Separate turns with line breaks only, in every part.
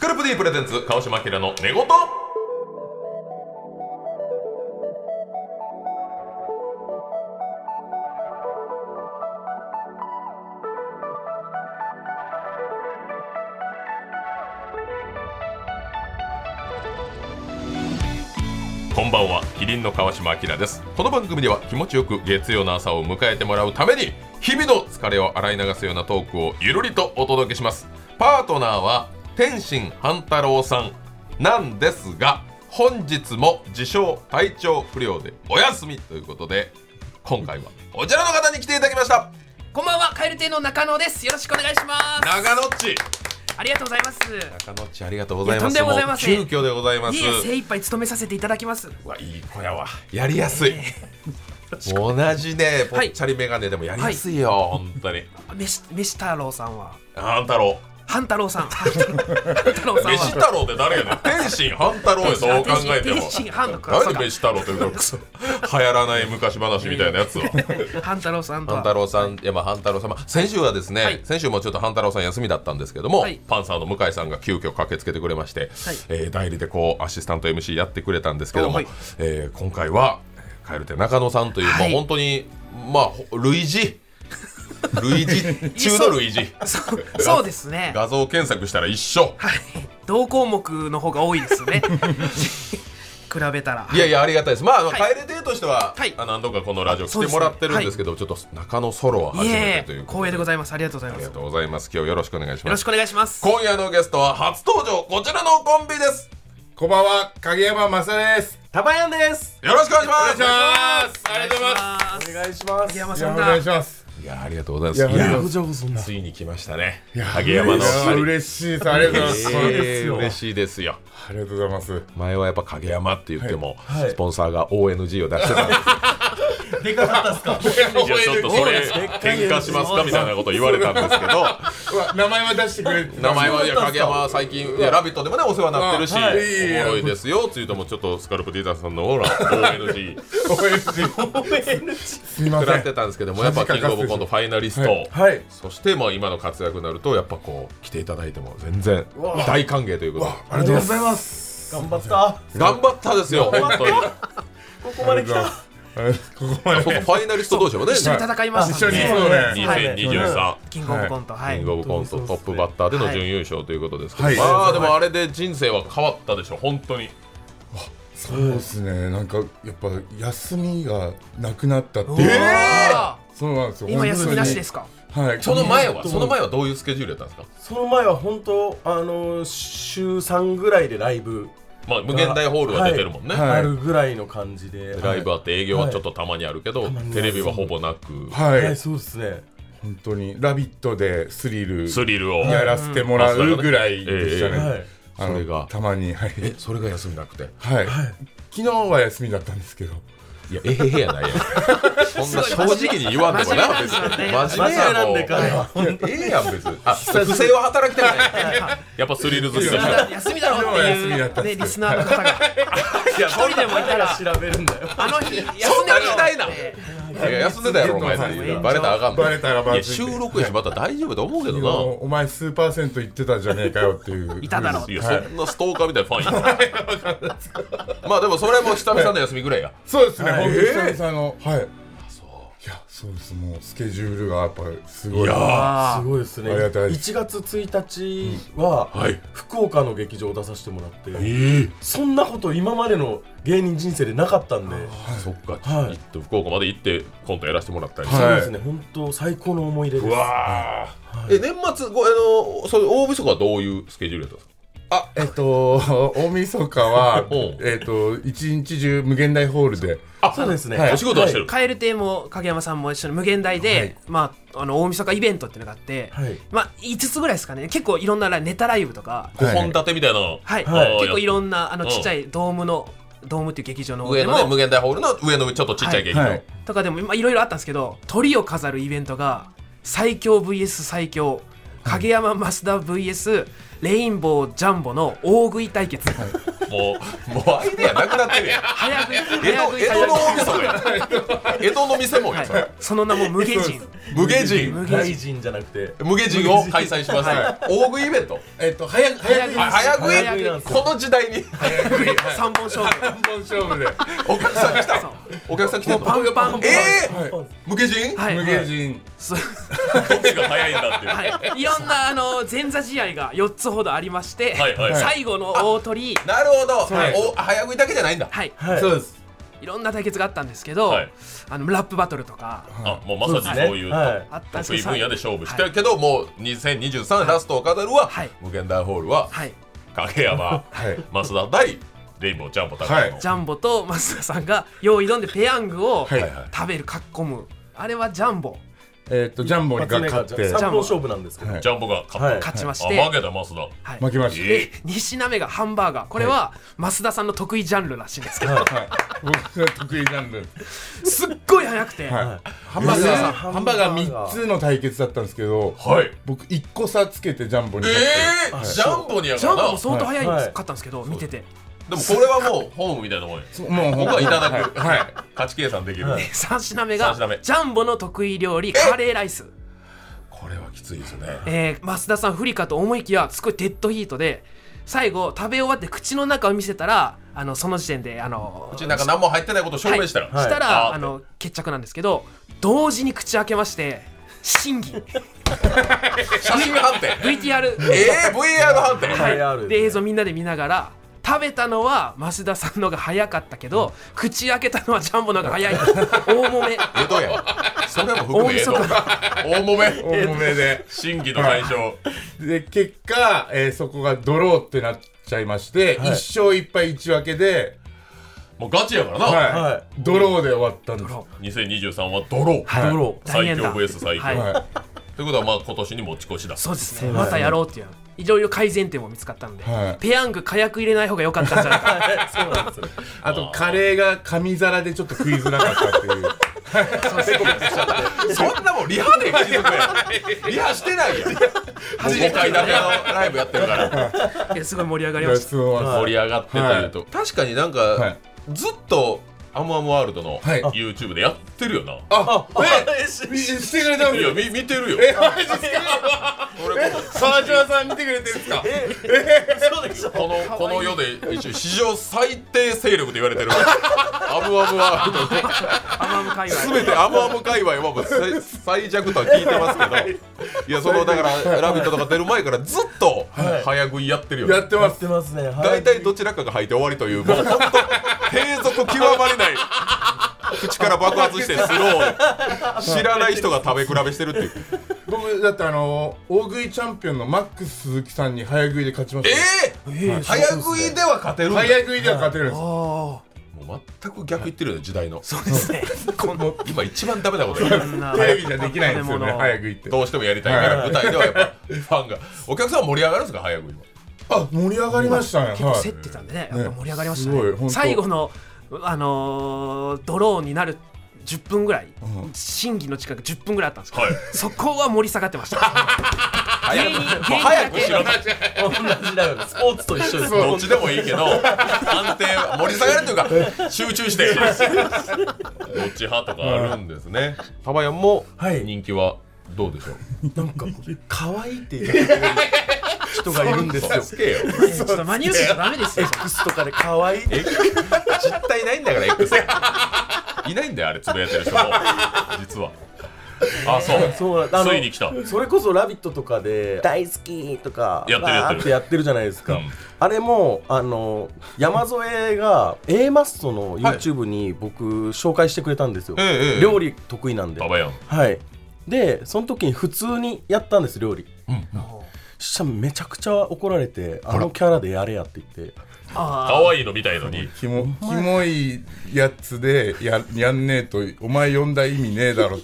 ープレゼンツ川島明の寝言こんばんはキリンの川島明ですこの番組では気持ちよく月曜の朝を迎えてもらうために日々の疲れを洗い流すようなトークをゆるりとお届けしますパートナーは天心半太郎さんなんですが本日も自称体調不良でお休みということで今回はこちらの方に来ていただきました
こんばんは、カエル亭の中野です。よろしくお願いします。
長野っち
ありがとうございます。
中野っちありがとうござい
いやと
ま
ん
す
でもございません
もう急遽でございます
いえ、精一杯務めさせていただきます。
うわいい子やわやりやすい、同じねぽっちゃりメガネでもやりやすいよ、本当に
飯飯太郎さんは、
半太郎
半太郎さん、半太郎さん
飯
は。
太郎って誰やねん天心半太郎やそう考えても
天津飯のクラ
何
ス
で飯太郎というかクソ流行らない昔話みたいなや つは
半太郎さんと
半
は
太郎さん、いやまあ半太郎様、先週はですね、
はい
先週もちょっと半太郎さん休みだったんですけども、
はい
パンサーの向井さんが急遽駆けつけてくれまして、えー代理でこうアシスタント MC やってくれたんですけども、
おはい
えー今回は蛙亭中野さんという、
はい
もう本当にまあほ類似類 似中の類似
そうそうですね。
画像検索したら一緒
はい。同項目の方が多いです ね。比べたら。
いやいやありがたいですまあ、
い
蛙亭としては、
はい
あ何度かこのラジオ来てもらってるんですけどちょっと中野ソロはい初めて
え
ということ
光栄でご
い
ざいます。ありがとうござい
ま
ま
あ
す
りが
す。よ
とうございます今日よろしくお願いします
ろしくお願いします。
今夜のゲストは初登場こちらのコンビです
こんばんは、影山雅です。
タバヤンです。
よろしくお願いします
お願いします。ありがとうございま
ます。
お願いします。
山
す。
さん
お願いし
だ。
ます。
いやありがとうございます
いや
いや
いや
こちらこそそんな。
ついに来ましたね
いや
影山のお二人
嬉しいです。ありがとうございます。そうです
えー
よ。
嬉しいですよ
ありがとうございます。
前はやっぱ影山って言っても、
はいはい
スポンサーが ONG を出してたんです
でかかったですか。
いやちょっとそれ喧嘩しますかみたいなこと言われたんですけど
うわ名前は出してくれ。
名前はいや
そうだったん
影
ですか
山は最近いやラビットでもねお世話になってるし、
あはい
おもろいですよついてもちょっとスカルプディーターさんのオーラ ONG
すみま
食ら
せ
っ
ん。
てたんですけどもやっぱキングオブコントファイナリスト、
はい。
そしてまあ今の活躍になるとやっぱこう来ていただいても全然大歓迎ということで
ありがとうございます。頑張った。
頑張ったですよ本当に
ここまで来た。
ありがとうございます。ここま
僕
で。
ファイナリスト同士もね
一緒に戦いました。
一緒に
ね
そうね。
はい
2023
キングオブコント、は
キ
い
ン。グオブコントトップバッターでの
はい
準優勝ということですけど
はい
まあでもあれで人生は変わったでしょ本当に
そうですね。なんかやっぱ休みがなくなったっていう。
あ
そうなんですよ。
ー今休みなしです
か。
か。
はい。
その前は
そう
その前はどういうスケジュールだったんですか
その前は本当あの週三ぐらいでライブ
まあ無限大ホールは出てるもんね
はい
あるぐらいの感じで。
ライブあって営業はちょっとたまにあるけど
まに
テレビはほぼなく
はい。
は
はいい。そうですね。
本当にラビットでスリル
スリルを
やらせてもらうぐらいでした
うん
ね。
はい。
あの
それが
たまにはい。
えそれが休みなくて
はい、昨日は休みだったんですけど、
いや、えへへや ないやん。そんな正直に言わんでもな、別に。真
真
面目
面目
や
なん
もん
で彼は。
ええやん、別に。あ、不正は働きたくない。やっぱスリル好きだから。
休みだろって
今日は休みだ
い
ったっ
う、
す
ね、リスナーの方が
いや、
一人でもいたら
調べるんだよ。
あの日休んでるよ
そんな時代なの
って
いや休んでたやろ、お前って。バレたらあかんもん
バレたら
い
バ
や、
ズって
収録やし、また大丈夫と思うけ
昨日
ど
お前数パーセント言ってたじゃねえかよっ ていう。
いただろう
な。い
い
や、
や
そ
そ
んなストーカーみたいなファンい ないまあでも、それも久々の休みぐらいや。
そうですね、本当に
えー
久々の、はい。いや、そうです、もうスケジュールがやっぱすごい。
いやー
あ
すごいですね。
ありがたいです
1月1日は、
はい
福岡の劇場出させてもらって、
え
そんなこと今までの芸人人生でなかったんで、
そっか、
はい
行って福岡まで行ってコントやらせてもらったり
はい
そうですね、本当最高の思い出です。
わあえ、年末、ごあの、そういう大晦日はどういうスケジュールだったんですか
あ、えっと、 大晦日は
おう、
えっと、一日中無限大ホールで。
そうですね。
はい
お仕事はしてる
ーカエル亭も影山さんも一緒に無限大で、まああの大晦日イベントっていうのがあって、
はい
まあ5つぐらいですかね結構いろんなライネタライブとか
五
はい
本立てみたいなの
はい、
はい
結構いろんなあの
うん
ちっちゃいドームのドームっていう劇場の方
上
で
のね無
も
限大ホールの上のちょっとちっちゃい劇場、
はい。
とかでもまあいろいろあったんですけど鳥を飾るイベントが最強 VS 最強影山増田 VS レインボージャンボの大食い対決
もうもうアイデアなくなってるやん
早食い
江
早
戸
食い
江
対
戸の
決
大みそや江戸の店もやそれ
はい、その名も無限人
無下人
無限
大
人
臣じゃなくて
無下人を開催します大食いイベント
えっと早く早く
あ早食い
早食いなんです
この時代に
三本勝負
半本勝負で
お客さん来た
そう
お客さん来てんの
パンパン
え
はい
ー無下人
はい
無
は
芸
い
人
す
どっちが早いんだっていう。
はい、いろんなあの前座試合が4つほどありまして、
はいはい
最後の大取り、
なるほど
はい
お早食いだけじゃないんだ
はい、
はい
そうです
いろんな対決があったんですけど、
はい
あのラップバトルとか
あ、もうまさにそういう
はい
あったんです
得意
けど、
分野で勝負し
してたけどもう2023ラストを飾るは
はい
無限大ホールは
はい、
影山
はい
増田大レインボージャンボ高野の
ジャンボと増田さんが用意どんでペヤングを
はい
はいはい
食べるかっこむあれはジャンボ
えっとジャンボ
一
にが
発目
勝
が
って
三本勝負なんですけど
はい
ジャンボが勝
はい
った。
勝ちまし
あ、
て、
負けたマスダ。
はい
負けました
え
2品目がハンバーガーこれは増田さんの得意ジャンルらしいんですけど
はい僕が得意なんです
すっごい早くて、
はい
ハ
ハンバーガー
ハ
ハ
ン
ンバ
バー
ー
ガー
ガー3つの対決だったんですけど
はい
僕1個差つけてジャンボに勝って
えージャンボにや
ジ
から
ャン
な
ボも相当早いんです、
はい
勝ったんですけど見てて
でもこれはもうホームみたいなもんや
もう
僕はいただく
はい
勝ち計算できる
はい
3品目が
三品目
ジャンボの得意料理カレーライス
これはきついですね
えー、増田さん不利かと思いきやすごいデッドヒートで最後食べ終わって口の中を見せたらあのその時点であの
口の中何も入ってないことを証明したら
はい
したら、
はいあー
あの決着なんですけど同時に口開けまして審議
写真 判定
VTR
えー VR 判定
はい
は
AR
い、で映像みんなで見ながら食べたのは増田さんのが早かったけど口開けたのはジャンボのが 早い大揉め
江戸やそれも含め江戸
大晦
大揉め
大揉めで
審議の対象。
で結果、えーそこがドローってなっちゃいまして、
はい
一1勝1敗1分けで、
もうガチやから
はい
な。
は
ドローで終わったんです。
ロ
2023はドロー。
はい
ドロ
大
最
変
強
だ
VS 最
は
強。
はい
ということはまあ今年に持ち越しだ。
そうですねまたやろうっていういろいろ改善点も見つかったので、
はい
ペヤング火薬入れない方が良かったんじゃないか
ーそうなんですよ
あとカレーが紙皿でちょっと食いづらかったっていう
そんなもんリハで気づくやんリハしてない やん5回だけのライブやってるから
いやすごい盛り上がりました
質問は
盛り上がってというと確かになん
は
か
い
ずっとアムアムワールドの
はい
YouTube でやってるよな。
あ
え
えみしてくれたん
い
です
や、
よ
み見てるよ。
えマジですかえ 沢島さん見てくれてるんですか
そうでしょ
この、
この世で一応史上最低勢力と言われてるアムアムワールドの
甘々界隈
全てアムアム界隈はもう最最弱とは聞いてますけどいやそのだから「ラビット!」とか出る前からずっと早食いやってるよね
やって
や
ま
っ
す
てますねはい
大体どちらかが吐いて終わりと いうもう本当低俗極まれない口から爆発してスロ ー知らない人が食べ比べしてるっていう
僕だってあの大食いチャンピオンのマックス鈴木さんに早食いで勝ちましたよ、
えー、早食いでは勝てるんだ
早食いでは勝てるんです
あ
よ
あ
もう全く逆言ってるよね時代の
そうです ねこん
今一番ダメなこと言う
な
テレビじゃできないんですよ
食べ
ね
物
早食いって
どうしてもやりたいから舞台ではやっぱファンがお客さんは盛り上がるんですか早食いは
あ盛り上がりましたね
結構
はい
競ってたんでね、やっぱ盛り上がりました
ねすごい
ね
本当
最後の、あのードローになる10分ぐらい、
う
審議の近く10分ぐらいあったんですけど、
はい。
そこは盛り下がってました芸人芸人
早
だ
く
け
しろ
同じだよねスポーツと一緒です
どっちでもいいけど安定盛り下がるというか集中して
どっち派とかあ
ある
る。
んですねタバヤンも
はい
人気はどうでしょう
なんか可愛いって言ってくれる人がいるんですよ
つけよ
ねちょっと真に受けちゃダメですよ
X とかで可愛いって
絶対ないんだから X
いないんだよ、あれ、つぶやいてる人も。実は。あ、そう。
そうあの
ついに来た。
それこそ「ラビット!」とかで「大好き!」とか
やってるやってる
わーやってるじゃないですか、
うん
あれもあの山添が A マストの YouTube に僕紹介してくれたんですよ、
ええええ
料理得意なんで
ババヤン。
はいでその時に普通にやったんです料理そしたらめちゃくちゃ怒られて「あのキャラでやれや」って言って
あ
可愛いのみたいのに。
キモキモいやつでややんねえとお前呼んだ意味ねえだろ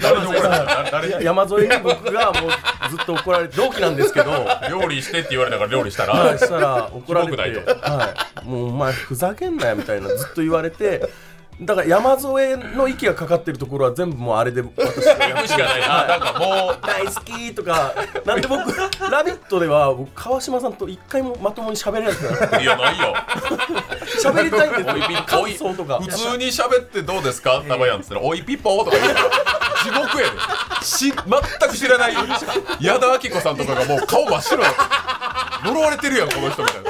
誰に怒られたな誰に
山添 に僕がもうずっと怒られて同期なんです けど
料理してって言われたから料理した
は
ら
い、。したら怒られて、
キモくないと
はい、もうお前ふざけんなよみたいなずっと言われてだから山添の息がかかってるところは全部もうあれで私がや
行くしかないななんかもう
大好きとか、なんで僕、ラビットでは僕川島さんと一回もまともに喋れなくて、
いやないよ
喋りたいん
おい
です
ピ
よ
ン、
感想とか
普、通に喋ってどうですか名古屋っつったら「おいピッポー」とか言うから地獄やでし全く知らない矢田亜希子さんとかがもう顔真っ白や呪われてるやんこの人みたいな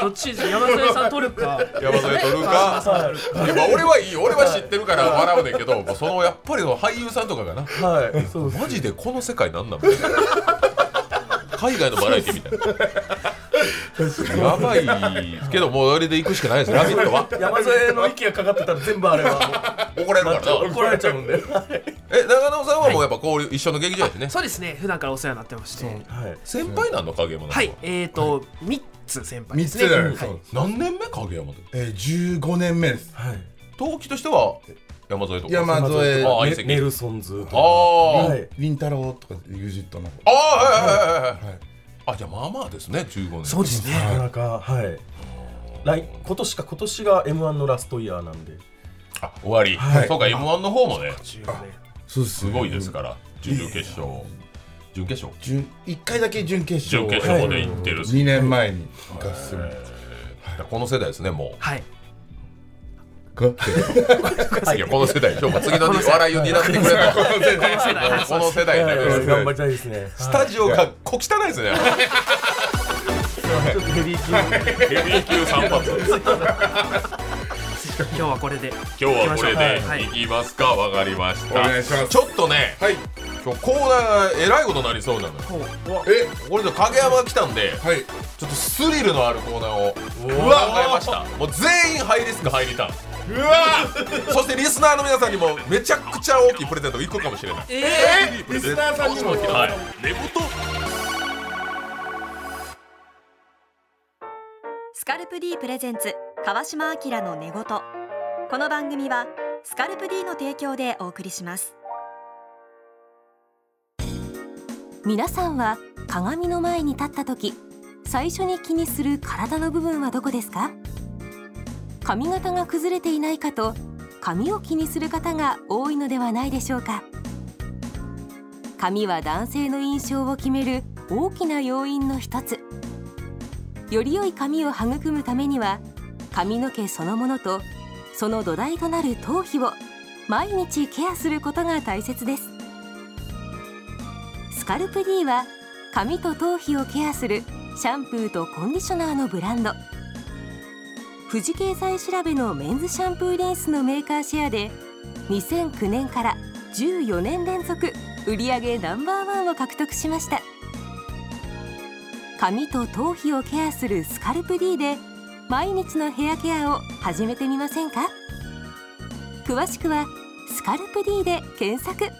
どっち山添さん取るか
山添とルカいやまあ俺はいいよ俺は知ってるから笑うねんけどまあそのやっぱりその俳優さんとかがな
はい、そうです
マジでこの世界なんなのみたいな海外のバラエティみたいなやばいけどもうあれで行くしかないです「ラビット!」は
山添の息がかかってたら全部あれは
怒られ
もう、
るか
なっ
ら
ちゃう
な
怒られちゃうんで、はい
え長野さんはもうやっぱ交流一緒の劇場やしね
そうですね普段からお世話になってまして
先輩なんの影山なんか
はいえーと3つ先輩で
三
す
つ
ね
だよ、
はい
そう
何年目影山って
えー、15年目です
はい、
同期としては山添とか
山添
あ相
メ
席
メルソンズ
あ
と
あ、
はい
凛太郎とか EXIT の
ああはいはいはいはい、
はい
あじゃあまあまあですね15年
そうですね
か、なかなか、はい、来今年か、今年が m 1のラストイヤーなんで、
あ終わり、
はい
そうか m 1の方もね
14年
そうです
すごいですから準々決勝準決勝
準一回だけ準決勝
準決勝まで行ってるし、
2年前に合する
だからこの世代ですねも
はい
かって
う、い、やこの世代今日も次の笑いを担ってくれた この世代
はい
だけど
頑張りたいですね、
スタジオが小汚いですね
ちょっとヘビ ー級、
ヘビー級3発
今日はこれで
今日はこれで
はい
いきますかわかりまし
お
た
願いします
ちょっとね
はい
今日コーナーがえらいことになりそうなのよ
え
俺と影山が来たんで
はい
ちょっとスリルのあるコーナーを
う
考えましたもう全員ハイリスクハイリターンうわそしてリスナーの皆さんにもめちゃくちゃ大きいプレゼントが1個かもしれない
え
リスナーさんにもはい寝言
スカルプ D プレゼンツ川島明の寝言この番組はスカルプ D の提供でお送りします皆さんは鏡の前に立った時最初に気にする体の部分はどこですか髪型が崩れていないかと髪を気にする方が多いのではないでしょうか髪は男性の印象を決める大きな要因の一つより良い髪を育むためには髪の毛そのものとその土台となる頭皮を毎日ケアすることが大切ですスカルプ D は髪と頭皮をケアするシャンプーとコンディショナーのブランド富士経済調べのメンズシャンプーリンスのメーカーシェアで2009年から14年連続売上ナンバーワンを獲得しました髪と頭皮をケアするスカルプ D で毎日のヘアケアを始めてみませんか詳しくは「スカルプ D」で検索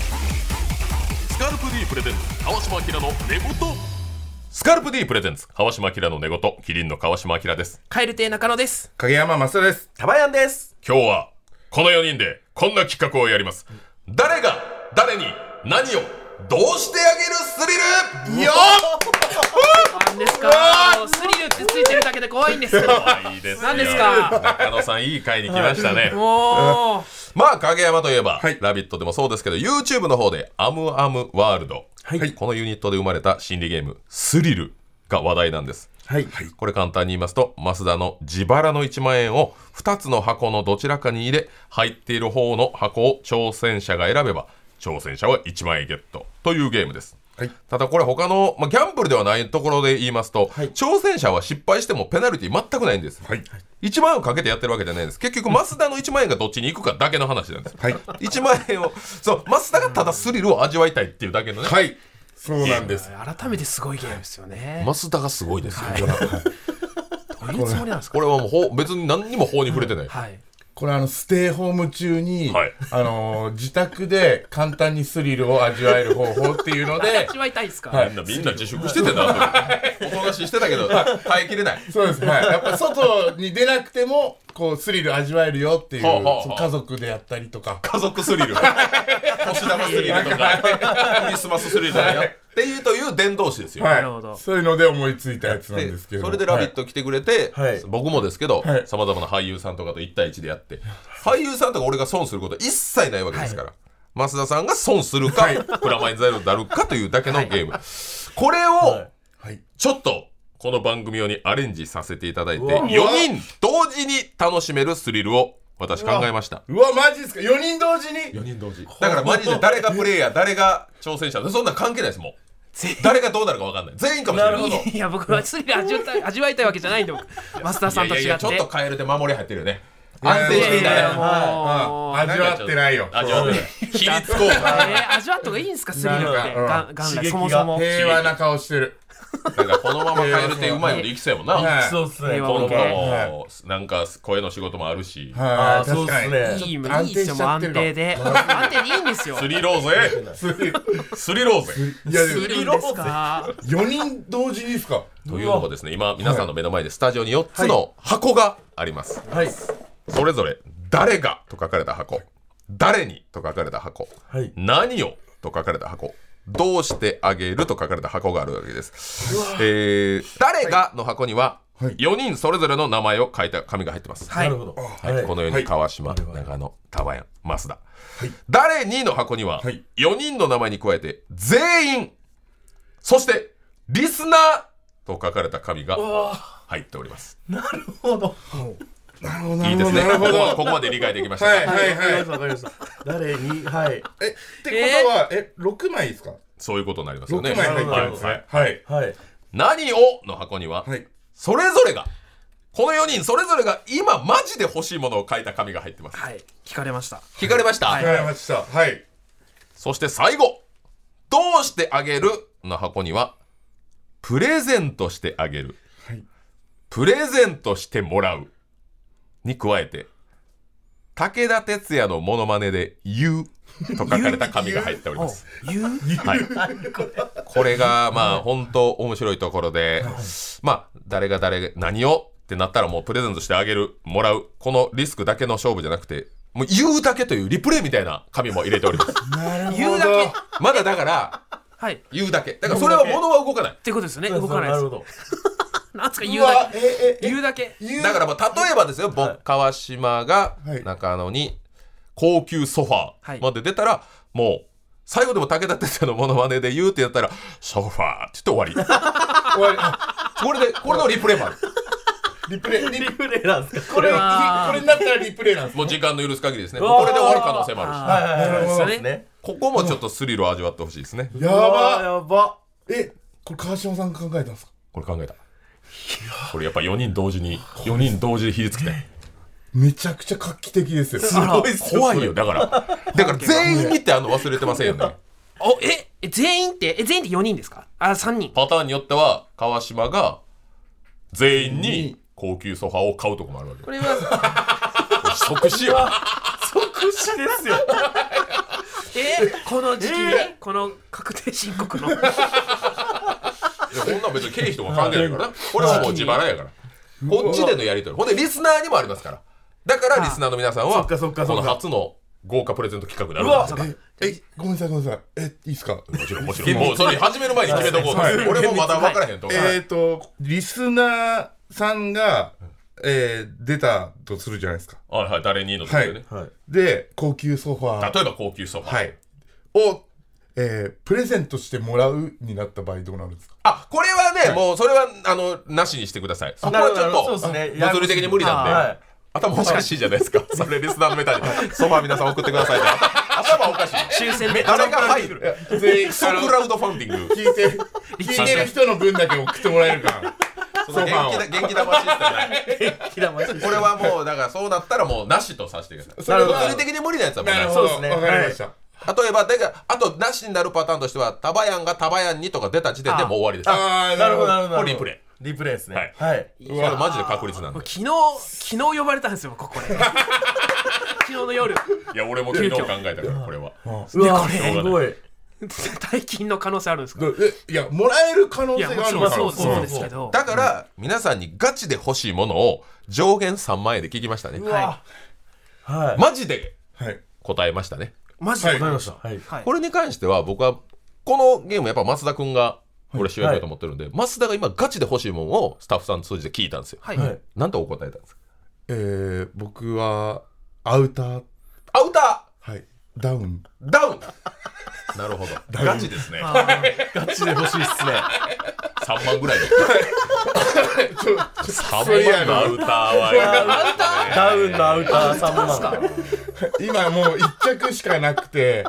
スカルプ D プレゼンツ川島明の寝言スカルプ D プレゼンツ川島明の寝言キリンの川島明です
蛙亭中野です
影山雅です
たばやんです。
今日はこの4人でこんな企画をやります誰が誰に何をどうしてあげるスリルよ
なんですかもうスリルってついてるだけで怖いんですけど
っいいですよ
何ですか
中野さんいい回に来ましたね
もう
まあ影山といえば、
はい
ラビット!」でもそうですけど YouTube の方で「アムアムワールド」
はい
このユニットで生まれた心理ゲーム「スリル」が話題なんです
はい、
これ簡単に言いますと増田の自腹の1万円を2つの箱のどちらかに入れ入っている方の箱を挑戦者が選べば挑戦者は1万円ゲットというゲームです
はい
ただこれ他の、まあ、ギャンブルではないところで言いますと、
はい
挑戦者は失敗してもペナルティ全くないんです、
はい
1万円をかけてやってるわけじゃないんです結局増田の1万円がどっちに行くかだけの話なんです、
はい
1万円をそう増田がただスリルを味わいたいっていうだけのね、
はいそうなんです
改めてすごいゲームですよね
増田がすごいですよ、
どういうつもりなんですか
これはもう法別に何にも法に触れてない、
はい
これあのステイホーム中に、
はい
あのー自宅で簡単にスリルを味わえる方法っていうの で
味わいたいですか、
はい
みんなみんな自粛しててなおとなしいしてたけど耐えきれない
そうですはいやっぱ外に出なくてもこうスリル味わえるよっていう、
はあはあはあ
その家族でやったりとか
家族スリル年玉スリルとかクリスマススリルとかやっていうという伝道師ですよ、
はい
なるほど
そういうので思いついたやつなん
で
ですけど
それで「ラビット!」来てくれて、
はい
僕もですけど
はい
さまざまな俳優さんとかと1対1でやって俳優さんとか俺が損することは一切ないわけですから、増田さんが損するか、プラマイザルになるかというだけのゲーム、これを
い
はい
ちょっとこの番組用にアレンジさせていただいうて
わ
4人同時に楽しめるスリルを私考えました
うわマジですか4人同時に
4人同時だからマジで誰がプレイヤー誰が挑戦者そんなん関係ないですもん誰がどうなるか分かんない全員かもしれない
なるほ
いや僕はスリル 味わいたい味わいたいわけじゃないんで僕マスターさんと違って
いやいやちょっとカエルで守り入ってるよね
や
安
いや
定してい
いやい
ない
や
よ
もう
あ味わってないよ
味わってない秘密効
え
果
ー味わった方がいいんですかスリルって
なんかうん
がん元
刺
来
激
そ
が
もそも
平和な顔してる
なんかこのままカエルってうまいよりいきそうやもん
は
な
そう
っすね
平和
今度
ボケ
もなんか声の仕事もあるし
はい
そう
確
っ
かに
すね
いいいい
ちょっと安
ですよもう安
定しちゃってる
定で安定でいいんですよ
スリローぜ
スリル
スリローぜ
いやで
ス
も
リルですか
4人同時にですか
というのもですね今皆さんの目の前でスタジオに4つの箱があります
はい
それぞれ「誰が」と書かれた箱「誰に」と書かれた箱
はい
何をと書かれた箱どうしてあげると書かれた箱があるわけです、えー誰がの箱には
はい
4人それぞれの名前を書いた紙が入ってます、
はい
なるほど
はい
はい
このよう
は
に
い
川島、長野田林増田、
い
誰にの箱には
はい
4人の名前に加えて全員そしてリスナーと書かれた紙が入っております
なるほど
なるほど
いいですね
なるほど
ここここまで理解できましたか、
はい
はいはいわかりましたわかりました誰にはい
えってことはえ6枚ですか
そういうことになりますよね
6枚入ってるんです
はい
ねはい
はい
何をの箱には
はい
それぞれがこの4人それぞれが今マジで欲しいものを書いた紙が入ってます
はい聞かれました
聞かれました、
はい
わかりましたはい
そして最後「どうしてあげる」の箱には「プレゼントしてあげる」
はい
プレゼントしてもらう」に加えて「武田鉄矢のモノマネで言う」と書かれた紙が入っております
言う
はい、これがまあ本当面白いところで、まあ誰が誰が何をってなったらもうプレゼントしてあげるもらうこのリスクだけの勝負じゃなくてもう言うだけというリプレイみたいな紙も入れております
言うだけ
まだだから
はいっ
言うだけだからそれは物は動かない
てことですよね動かないで
な
す
るほど
なんつうか言
う
うだ
わ
け
えええ
言うだけ
言う
だからまあ例えばですよ僕川島が
はい
中野に高級ソファーまで出たらもう最後でも武田鉄矢のモノマネで言うってやったらソファーって言って終わ
終わりあ
りこれでこれのリプレイもある
リプレイリプレイ
プレイなんですか
これ
あー
はこれになったらリプレイなんです
もう時間の許す限りですね。
うわー
これで終わる可能性もあるし。
あ
はいはいはい
そ
そうう
で
ですす
ね
ね
ここもちょっとスリルを味わってほしいですね。
や
や
ば
やば
えこれ川島さん考えたんですか
これ考えた。これやっぱ4人同時に、4人同時に火つけて。
めちゃくちゃ画期的ですよ
怖い怖いよ、だから。だから全員見てあの忘れてませんよ ね。
おええ全員ってえ全員って4人ですかあ3人
パターンによっては、川島が全員に高級ソファーを買うとこもあるわけよ
こ。れは
即死よ。
即死ですよ
えこの時期にこの確定申告の
いやこんなん別に経費とか関係ないからな。これはもう自腹やから。こっちでのやり取り。ほんで、リスナーにもありますから。だから、リスナーの皆さん
そ
は、
っ
こ
かそっかそっ
の
か
初の豪華プレゼント企画になる
うわ
わけですよ
ええごめんなさいごめんなさいえいいですか
もちろん、もちろん。もうそれ始める前に決めとこう。
はい
俺もまだ分からへんと。
えっ、ー、と、リスナーさんが、えー出たとするじゃないですか。
はいはい、誰にのとこでね。
はい
で、高級ソファー
例えば高級ソファー。
はいを、えープレゼントしてもらうになった場合どうなるんですか
あ、これはね、もうそれは、あの、なしにしてください。そこ
なる
は
ほ
ちょっ
ど
と、
そうですね
物理的に無理なんで。
ややこしい
頭おかしいじゃないですか。それリスナーのメタに。ソファー皆さん送ってくださいって。頭おかしい。
抽選で
誰が入る
全員
クソクラウドファンディング。
聞 いて、聞いてる人の分だけ送ってもらえるから。
その元気だ、元気玉システムない。
はいひらま
こ
し
れはもう、だからそうなったらもうなしとさせてくださ。
ないるほど
物理的に無理なやつはもう
な
な
る
し
ほ
そ
ど、
うですね
わかりました。
例えば、だから、あと、なしになるパターンとしては、タバヤンがタバヤンにとか出た時点でもう終わりです。
あー
なるほどなるほど
これリプレ
イリプレイですね
はい
はい
イ。これマジで確率なんで
昨。日昨日呼ばれたんです よ僕これ昨日の夜
いや、俺も昨日考えたから、これは。
でこれ
しょうがない
すごい
大金の可能性あるんですか
えいやもらえる可能
い
性
やも
があ
ち
る
ろ
の
ん
か
そ
ら
うそうですけど
だから皆さんにガチで欲しいものを上限3万円で聞きましたね
は
はい
マジで
はい
答えましたね
いマジで
わかりましたはい
はい
これに関しては僕はこのゲームやっぱ増田君が俺主役だと思ってるんで、増田が今ガチで欲しいものをスタッフさん通じて聞いたんですよ、
はい
はい
なんとお答えたんですか
えー、僕はアウター
アウタ
はいダウン
ーダウンなるほどガチですね
あー
ガチで欲しいっすね3万ぐ らいで3
そういや
万のアウターは
ダウンのアウターさんもなんか
今もう一着しかなくて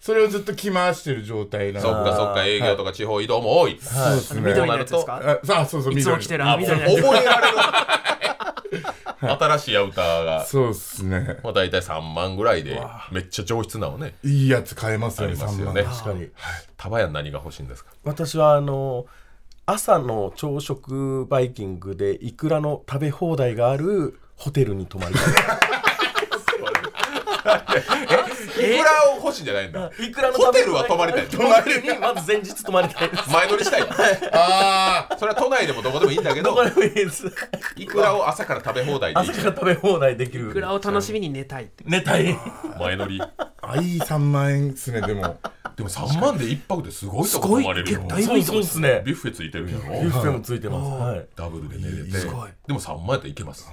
それをずっと着回してる状態な
そっ
の
かそっか営業とか地方移動も多い、
そうですね
緑のやつですか
あさあそうそう
いつも
緑
着てる
あも
あ
う
みたい
覚え
なやつ
られ る新しいアウターが
そうですね
まあ、大体3万ぐらいでめっちゃ上質なのね
いいやつ買えます
あ
よね
りますよ
3
ね
万
確かに
タバヤン何が欲しいんですか
私はあの朝の朝食バイキングでいくらの食べ放題があるホテルに泊まりたい
いくらを欲しいんじゃないんだ
いくらの
ホテルは泊まりたい
泊まりにまず前日泊まりたい です
前乗りしたいああそれは都内でもどこでもいいんだけど
どこでもいいです
いくらを朝から食べ放題でいい
朝から食べ放題できる
いくらを楽しみに寝たいって
寝たい
前乗りで
あいい3万円ですねでも
も3万で1泊ですごい
す
と
ご
こ
い
泊まれるよ
だいぶ
そ
いういとこ
そうですね
ビュッフェついてるんや
ビュッ
ろ
フェもついてますはい
ダブルで寝れて
す
ごい
でも3万やったらいけます、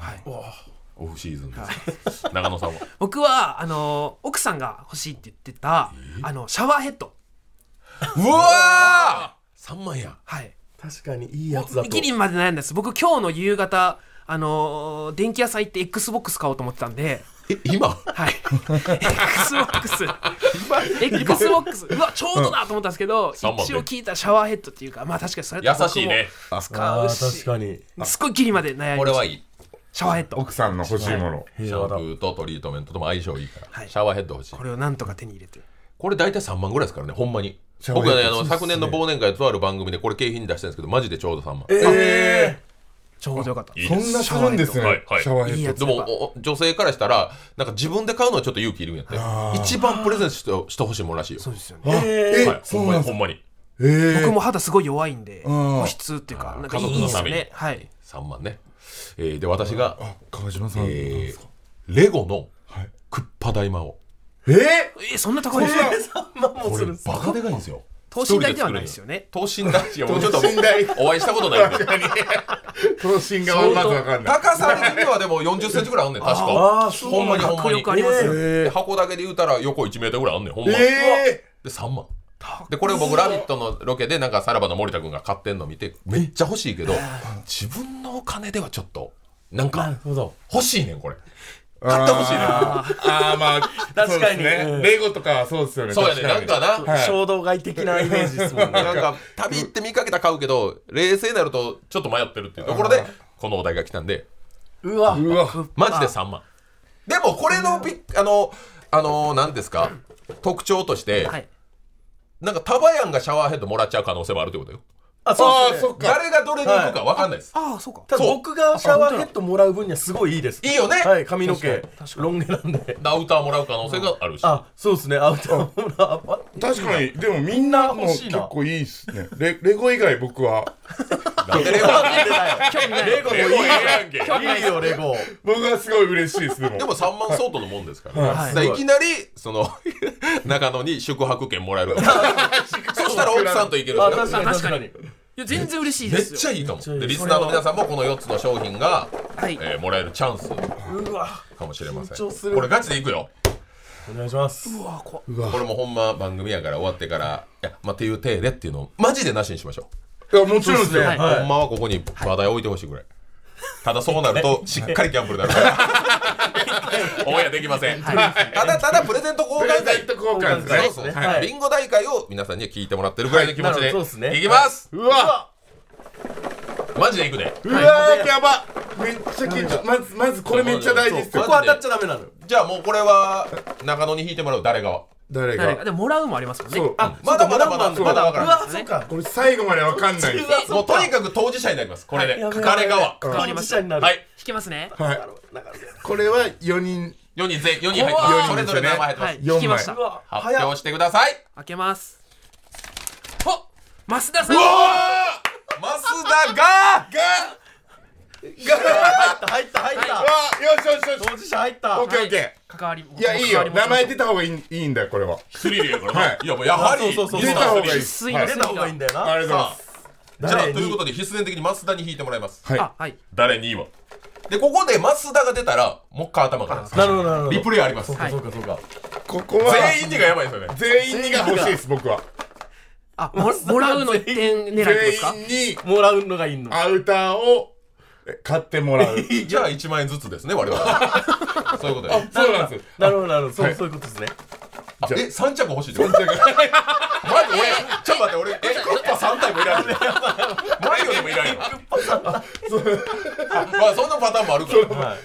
オフシーズンです長野さんは
僕はあのー奥さんが欲しいって言ってたあのシャワーヘッド
うわー3万や
はい
確かにいいやつだと
ギリまで悩んだんです僕今日の夕方あのー電気屋さん行って XBOX 買おうと思ってたんで
え今
はい XBOX XBOX うわちょうどだと思ったんですけど一
三番で
応聞いたシャワーヘッドっていうかまあ確かにそれって僕も
優しいね
使
あ
う
ー確
し
かに
すっごいギリまで悩
こ
み
れは
ました
いい
シャワーヘッド
奥さんの欲しいもの
シ
平
ャン
和
プ
だ
ーとトリートメントとも相性いいから、
はい
シャワーヘッド欲しい
これをなんとか手に入れて
これ大体3万ぐらいですからねほんまに
シャワー
僕
ヘッ
は
ド
ねあの
そうっす
昨
ね
年の忘年会とある番組でこれ景品に出したんですけどマジでちょうど3万
え
ちょうどよかった
いい
そ
で
ん
す
なするんですね
はいはい
シャワーヘ
いい
ッ
や
ド
つ
でもおお女性からしたらなんか自分で買うのはちょっと勇気いるんやって一番プレゼントしてしてほしいもんらしいよ
そうですよね
あえ
はい、
そ
ほ
うん
ま
なん
に
で
ほ
す
んまに
えー
僕も肌すごい弱いんで
ん
保湿っていうかなんかい
家
い
族
で
の
すよ
ために
ねはい
3万ね、えーで私が、
あ川島さん
えーレゴの
はい
クッパ大魔王
えー
えーそんな高いんですか
これバカでかいんですよ
等身大ではないですよね
等身大いやもうちょっと
等身大
お会いしたことないんで
等身がまずわかんない
高さ的にはでも40センチぐらいあんねん確か
あーそう
ほんまにほんま
迫
に
力ありますよ
で箱だけで言うたら横1メートルぐらいあんねんほんまに、
え
で3万でこれを僕「ラビット!」のロケでなんかさらばの森田君が買ってんの見てめっちゃ欲しいけど自分のお金ではちょっとなん
なる
か
ほど
欲しいねんこれ
ー買
ってほしいね
あーあーまあ
確か
そう
に
ですねレゴとかはそうですよね
そうやね
確
なんか な
はい
衝動買い的なイメージですもん ね
なんか旅行って見かけたら買うけど冷静になるとちょっと迷ってるっていうところでこのお題が来たんで
うわ
うわ
マジで3万でもこれのびあのあの何ですか特徴として、
はい
なんかタバヤンがシャワーヘッドもらっちゃう可能性もあるってことよ
あ
あ
そう
ー
です
そ
ね
っか
誰がどれに行くか分かんないです、
ああそうか
ただ
そう
僕がシャワーヘッドもらう分にはすごいいいです
いいよね
はい髪の毛
確かに
ロン毛なんで
ダウターもらう可能性があるし
あそうですねアウターもらうあ
確かにでもみんなもう結構いいっすねレレゴ以外僕は
なんでレゴ
レゴもいい
やんけ
いいよレゴ
僕はすごい嬉しいですでも
でも3万相当のもんですからね、
はい
だからいきなりその 中野に宿泊券もらえる そしたら奥さんと行ける
あ
で
確
し
か
ょ
に確かに
いや全然嬉しい
め
で
っ
すよ
ちゃいいかも
いい
でリスナーの皆さんもこの4つの商品が、
はい
えーもらえるチャンス
うわ
かもしれませ
緊張す
ん
る
これガチでいくよ
お願いします
うわ怖っ
これもほんま番組やから終わってからいや、まあ、っていう体でっていうのをマジでなしにしましょ
いやもちろんですよ
は
う、
い
ほんまはここに話題置いてほしいぐらい、ただそうなるとしっかりキャンプルになるからオンエアできません、ただただプレゼント交
プレ
換
ゼ
会
ント交換
そう
です
そう
ね
そう、
はい
ビンゴ大会を皆さんには聞いてもらってるぐらいの気持ち
は
で、
いなるほどそうですね
いきます、
うわ
マジでいくで
うわーやばめっちゃ緊張まずまずこれめっちゃ大事っす
こ
そう
よ
こ当たっちゃダメなのよ
じゃあもうこれは中野に引いてもらう誰側
誰
誰か
が
でももらうもありますからね
そう
あ
まだまだまだ
そうか
まだわから
う
ない
わそうか
これ最後までわかんないです
もうとにかく当事者になりますこれで
やべえ
彼側
やべえ
わりました
当事者になる
はい
引きますね
はいこれは4人
4人全4人入って
怖
ま
い
すそれぞれ名前入ってま
は
す、
い
四枚
引きました
うわ
発表してください
開けます増田さん
増田が
入った入った入った、
よしよしよし
当事者入った
オッケーオッケ
関わり
ーいやいいよ名前出
た
た方がいいいいんだよこれは
スリーやからね、
はい
い、やもうやはり
そうそうそう
出た方がいい
必須
はい
で
出
す
た方がいいんだよな
ありがとうございます
じゃあと
誰に
いうことで必然的に増田に引いてもらいます
はい
あはい
誰にはでここで増田が出たらもう一回頭からです
なるほどなるほど
リプレイあります
はい
そうかそうか
ここは
全員にがやばいですよね
全員にが欲しいです僕は
あももらうの一点狙いですか
全員に
もらうのがいいの
アウターをえ買っても らう
じゃあ1万円ずつですね我々そういうことで
そうなんですよ
なるほどなるほどそ
は
う
い
そういうことですね
あ
じゃあ
え三3着欲しいってことマジ俺ちょっと待って俺えクッパ3体もいらんねマリオでもいらんよあまあそんなパターンもあるから、
はい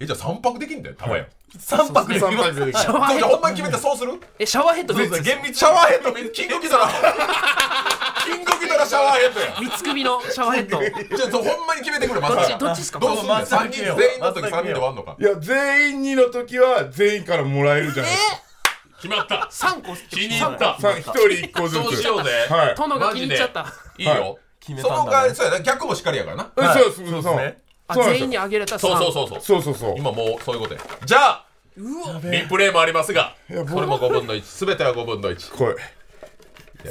えじゃあ3泊できんだよたまやん
三泊で
三泊で
シャワーヘ
じゃあほ
ッ
ん
ド
まに決めてそうする
えシャワーヘッドのやつです
厳密シャワーヘッドキングギドラキングギドラシャワーヘッドや
三つ組のシャワーヘッド
じゃあそうほんまに決めてくれマ
どっ
ス
ち
タ
ど
ど
っ
う
ちです
す
か
んだよ
まずは
3
決めよ
人全員
う
の時
まず
3人
は決め
で
よう
終わんのか
いや全員にの時は全員からもらえるじゃないですか
決まった
三個
気に入った
さん一人一個ずつ
そうしようぜ
はい
殿が気に入っちゃった
いいよ、
はい
決め
そ
た
の
んだ
が
ね
そうやな逆もしかりやからな
え
はい
そうですそう
そう
そう
ですね
あ
そうなんです
全員にあげれたら
そう
三
そうそうそう
そうそうそう
今もうそういうことやじゃあ
うわ
リプレイもありますがそ
いや
れ
僕
も5分の1すべては5分の1
来い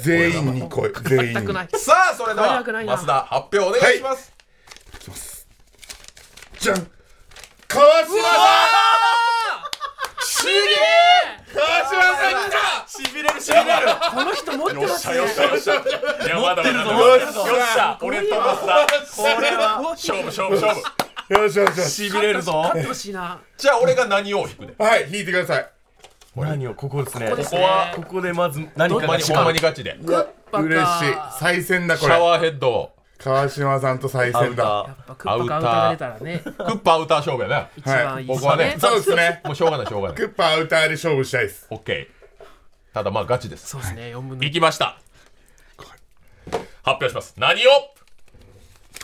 全員に来い全員
全
に
くない
さあそれでは
早くないな
増田発表お願いします、
じゃん川島さ
すげえ
ん川島さん来た
しびれるしびれる
この人持ってますね
いやまだまだ
持ってるぞ
よっしゃ俺と増田
これは
勝負勝負勝負
よしよしよし
しびれるぞ
勝ってほしいな
じゃあ俺が何を引くで
はい引いてください
何をここですね
ここです
ここ
ね
は
ここでまず何
ほ
か
んま
が
に
違
ほんま
う
にガチで
うわ
バカ
嬉しい再戦だ
シ
これ
ャワーヘッド
川島さんと再
ア
戦
ウタ
だ
ー
やっぱクッパがアウターが出たらね
クッパアウター勝負やな
一番いいです
ここはね
そうです ね
もうしょうがないしょうがな
ク
い
ッパアウターで勝負したいです
オッケーただまあガチです
そうですね四分の
い
一
きました発表します何を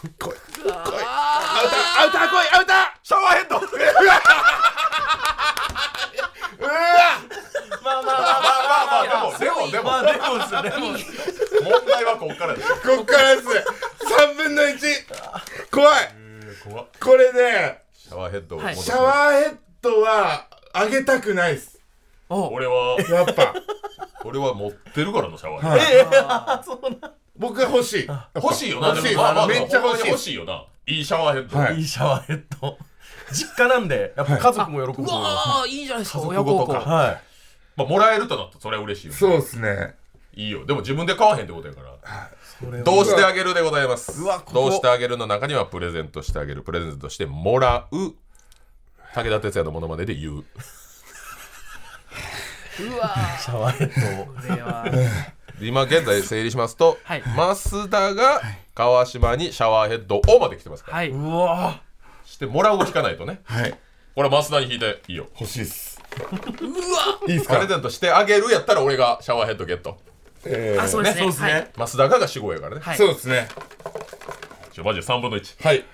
来い来いアウターアウター来いアウター
シャワーヘッド
うわ
まあまあ
まあまあまあでもでもでも
まあまあでもですよね
問題はこっからです
こっからです3分の1怖い
怖っ
これね
シャワーヘッドを
はい
戻す
シャワーヘッドはあげたくないです
おう
俺は
やっぱ
俺は持ってるからのシャワーヘッド
僕が欲しい
欲しいよな、
欲しい
でもまあまあ、
めっちゃ
ほ
欲しい
んまに欲しいよな。いいシャワーヘッド。
はい
いいシャワーヘッド実家なんでやっぱ家族も喜ぶ
う
と思いま
わーいいじゃないですか
家
親
族ご
孝
とか
行
は
まあ、もらえるとなったらそれは嬉しいよ。
そうですね
いいよ。でも自分で買わへんってことやから。
いれは
どうしてあげるでございます。
うわここ
どうしてあげるの中にはプレゼントしてあげる。プレゼントしてもらう。武田鉄矢のモノマネで言う。
うわー
シャワーヘッ
これは
今現在整理しますと、
はい
増田が川島にシャワーヘッドをまで来てますから。
はい
ドうわ
してもらうを引かないとね。
はい
これ増田に引いていいよ。
欲しいっす
う
いいっす
プレ
か
ゼントしてあげるやったら俺がシャワーヘッドゲット。
え
わあ
ー
そうですね
そうですね
はい
増田がが死後やからね。
はい
そうですね
ちょマジで3分の1。
はい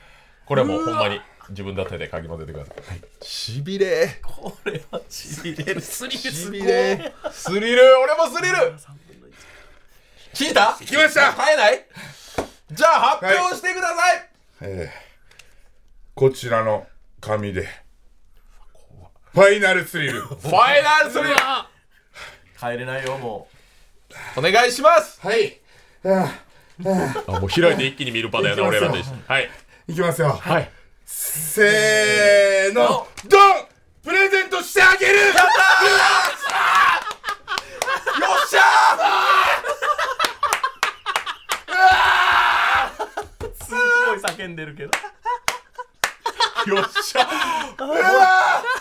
これはもうほんまに自分だ手でかき混ぜてください。しびれ
これはしびれる
スリルすごい
スリル俺もスリル聞いた聞
きました
変えないじゃあ発表してください、
えーこちらの紙でファイナルスリル
ファイナルスリル
あ
帰れないよも
お願いします
はいあ
あもう開いて一気に見るパターンやな俺らと一緒はい
いきますよ
はい
せーのドンプレゼントしてあげる
よっしゃ
うすごい叫んでるけど
ーよっしゃうわ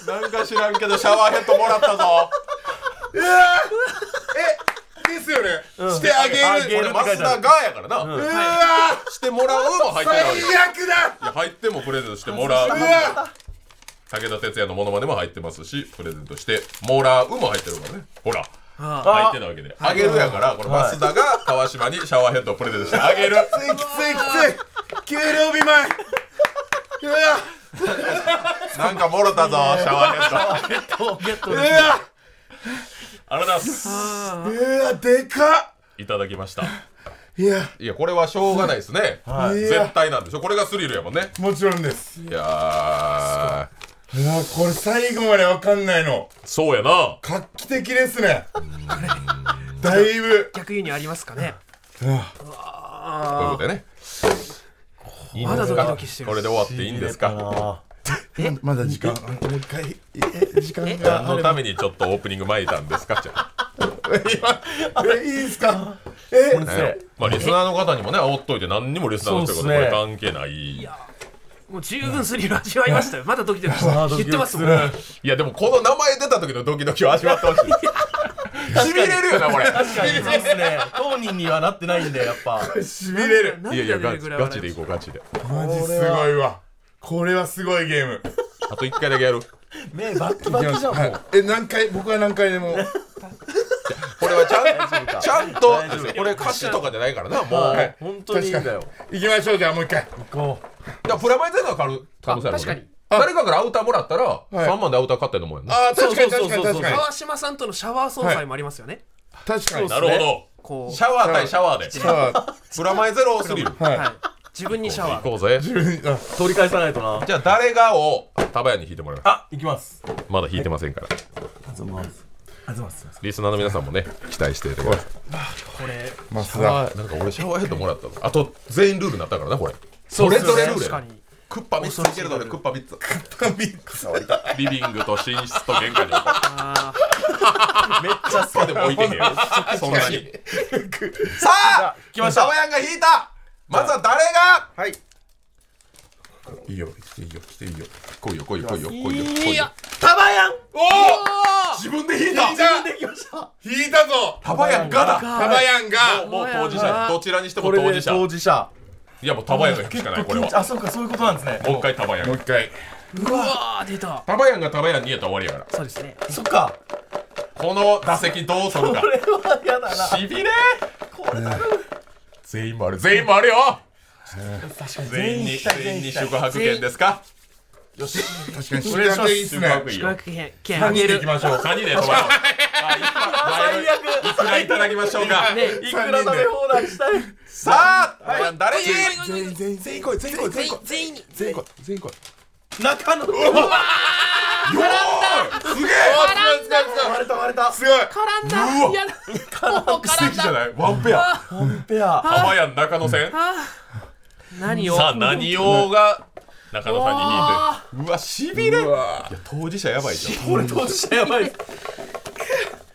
ーなんか知らんけどシャワーヘッドもらったぞ
うわーえですよね、してあ
あ
げ
げ
る
る
これマスターガーやからな、
うわー
してもらうも入ってないわけい
最悪だ
や入ってもプレゼントしてもらう
うわ
武田鉄矢のモノマネも入ってますしプレゼントしてもらうも入ってるからねほら入
あ
ってたわけであげるやからこれ
はい
増田が川島にシャワーヘッドをプレゼントしてあげる
きついきついきつい給料日前うわ
なんかもろたぞシャワーヘッド
ゲット
うわ
ありがとうございます
うわでかっ
いただきました
いや
いやこれはしょうがないですね、
いや
絶対なんでしょこれがスリルやもんね
もちろんです
いやー
いやこれ最後までわかんないの
そうやな
画期的ですねだいぶ
逆輸入ありますかね
こういうことでねいいんですか
まだドキドキしてる
これで終わっていいんですか
あ
まだ時間もう一回え時間が
何のためにちょっとオープニング巻いたんですかじゃあ
えいいですかえ
ねまあリスナーの方にもね煽っといて何にもリスナーの人が
そう
こ
っすね
れ関係ないいや
もう十分スリル味わいましたよまだドキドキして る言ってますもん
でもこの名前出た時のドキドキを味わってほしいしびれるよなこれ
ー確かにそうですね当人にはなってないんでやっぱ
しびれる
いやい
涙
や
出
ガ
る
チ
ぐらい
ガチ
笑
でいこうガチで
マジすごいわこれはすごいゲーム
あと一回だけやる
目バッキバキじゃんもう
はいえ何回僕は何回でも
これはちゃんとちゃんとこれ歌詞とかじゃないからなもう、
はい本当にいいんだよ
行きましょうじゃあもう一回
こ
だからプラマイゼロが買う可能性あるもんね
あ確
誰かからアウターもらったら
い
3万でアウター買ったと思うよね
あー確かに確
そう
か
そう
に
そうそ
確
う
かに
川島さんとのシャワー相殺もありますよね、
確かに
なるほど
こう
シャワー対シャワーで
さあ
プラマイゼロをするよ
はい
はい、自分にシャ
行
ワー
こうぜ
自分あ
う取り返さないとな
じゃあ誰がをタバヤに引いてもらいます
あ行きます
まだ引いてませんから
あざますあざます
リスナーの皆さんもね期待しててください
これ
増田
なんか俺シャワーヘッドもらったのあと全員ルールになったからなこれ
そ
それぞれル
確
ール
か
や
に
クッパ3ついけるのでクッパ3つリビングと寝室と玄関に
あ
めっちゃ好きでも置いてへんよそんなにさあ来ましたタバヤンが引いたまずは誰が
はいいいよ来ていいよ来ていいよ
来いよ来いよ来いよ来いよ来
ー
いよ
いや
たばやん
おお
自分で引いた
きました
引いたぞ
タバヤンがだ
タバヤンが
もう当事者やどちらにしても
これ
当事
で
者
当事者
いやもうタバヤンが引くしかないこれは
あそうかそういうことなんですね
もう一回タバヤ
もう
ン
一回
うわー出た
タバヤンがタバヤンにやったら終わりやか
そうですね
そっか
らこの打席どう取るか
これはやだな
しびれ全員もある全員もあるよ全員に全員に宿泊券ですか
確かにそれだけいいっす
宿
ね
泊いい
宿
よ
泊券券あげ
で
る
いきましょう
カニで止まろう
最悪
いくらいただきましょうか
ね
いくら食べ放題したい
さあ誰に
全員全員全員全員全員に
中野
よーすげえ
割れた割れた
すごい
絡ん
うわ
だいやもう
奇
絡
跡
ん
じゃ
だ
ないワンペア
ペア
アバヤン中野戦
何を
さあ何用が中野
あ
さんに引いてるうわしびれいや当事者やばいじゃん
これ当事者やばい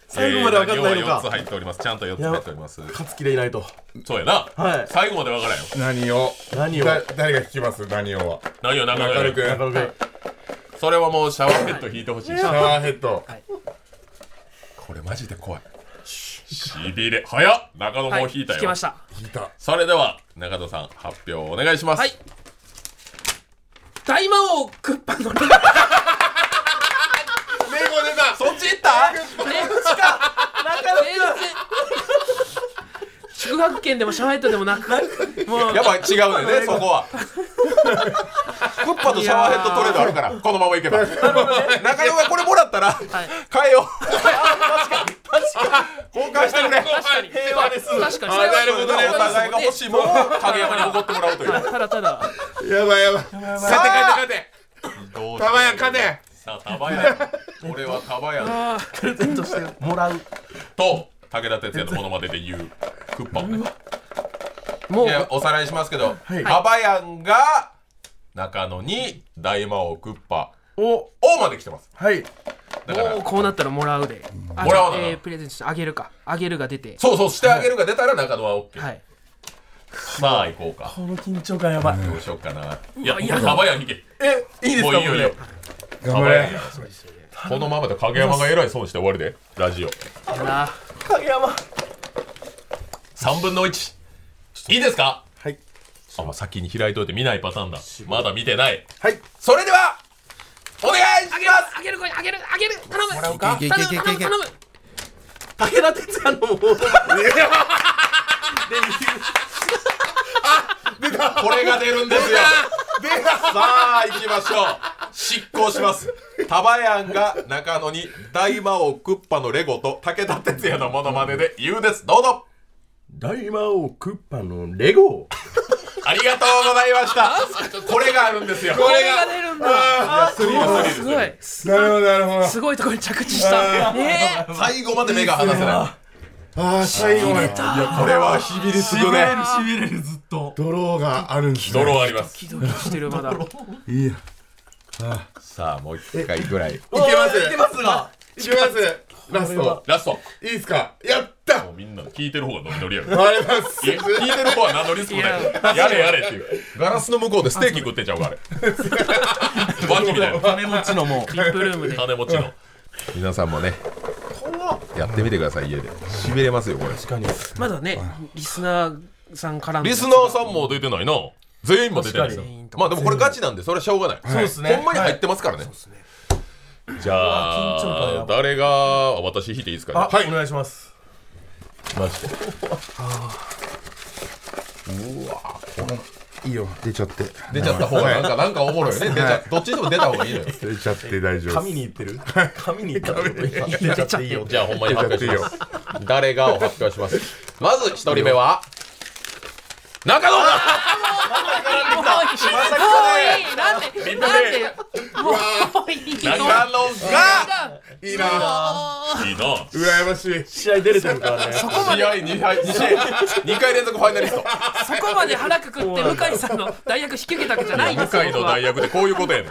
最後まで分かんないの
えー何用は四つ
か
入っておりますちゃんと四つ入っております
勝つ気でいないと
そうやな
はい
最後まで分からんよ
何を
何を
だ誰が引きます何をは
何を中野
明る
が
くシ
中野君
それはもうシャワーヘッド引いてほしい
ャワーヘッド
これマジで怖いしびれ早っ中野も
はい
引いた
引き
よ、
ました
引いた
それでは中野さん発表お願いします、
はい大魔王クッパのレ
猫出た
そっち行った
宿泊券でもシャワーヘッドでもなくもう
やっぱ違うねんねそこはクッパとシャワーヘッドトレードあるからこのままいけば、中野がこれもらったら、
い
変えよう確かに確かに交換してくれ
平和です
確かに
あ
それは
なるほどねお互いが欲しいものを影山に怒ってもらおうという
ただただ
やばいやばい
さあ
勝て勝てタバヤン勝て
さあタバヤン俺はタバヤン
プレゼントしてもらう
と武田鉄矢のものまでで言うクッパをね
もう
いやおさらいしますけど、
い
ハバヤンが中野に大魔王クッパ
お
王まで来てます
はい
だから
もうこうなったらもらうであ
もらうな
えープレゼントしてあげるかあげるが出て
そうそうしてあげるが出たら中野は OK、
はい
さあ行こうか
この緊張感やばい
どうしようかないやいやハバヤン引け
えいいです
もう
か
いいよいいよ
頑
ハ
張
バヤン
れ
やこのままで影山がえらい損して終わりでラジオ
やな
影山
3分の1いいですか
はい
あまあ先に開いといて見ないパターンだまだ見てない
はい
それではお願いします
あげるこれあげるあげる頼む
うか
頼む頼む頼む
武田鉄矢のも
これが出るんですよ。さあ行きましょう。執行します。タバヤンが中野に大魔王クッパのレゴと武田鉄矢のモノマネで言うです。どうぞ。
大魔王クッパのレゴ
ありがとうございました。これがあるんですよ。
これが出るんだ
スリル
あー
ス
す
リ
ごい
なるほどなるほど
すごいところに着地したえー
最後まで目が離せな
ああ最後まで
い。いや、これはひびりすぐね。
しびれるずっと
ドローがあるんですね
ドローあります。
ドキドキしてる まだ
いいや
さあ、もう一回ぐらい。
いけますいけま
ますが
すラスト
ラスト。
いいですかやった
もうみんな聞いてる方がノリノリやる。
あります
いや聞いてる方は何のリスクもないやれやれっていうガラスの向こうでステーキ食ってんちゃうかあ れワキみたいな
金持ちのも
リップルームで
金持ちの皆さんもねやってみてください家でしびれますよこれ
まだねリスナーさんからの
リスナーさんも出てないな全員も出てないですよ
確かに
まあでもこれガチなんでそれはしょうがないそうですねほんまに入ってますからねじゃあ誰が私引いていいですかね
はいお願いします
マジで
いいよ出ちゃって
出ちゃった方がなんかなんかおもろいよね出ちゃどっちでも出た方がいいのよ
出ちゃって大丈夫
紙にいってる紙にいってる
出ちゃってよ
じゃあほんまに発表します。 誰がを発表します。まず一人目は中野だ。
もういいもういいなんでなんでもういい
中野
いいない
いな。
羨ましい
試合出れてるからね
試合二敗二試合二回連続ファイナリスト。
そこまで腹くくって向井さんの代役引き受けたわけじゃないんですよ
向井の
僕は
代役でこういうことやねん。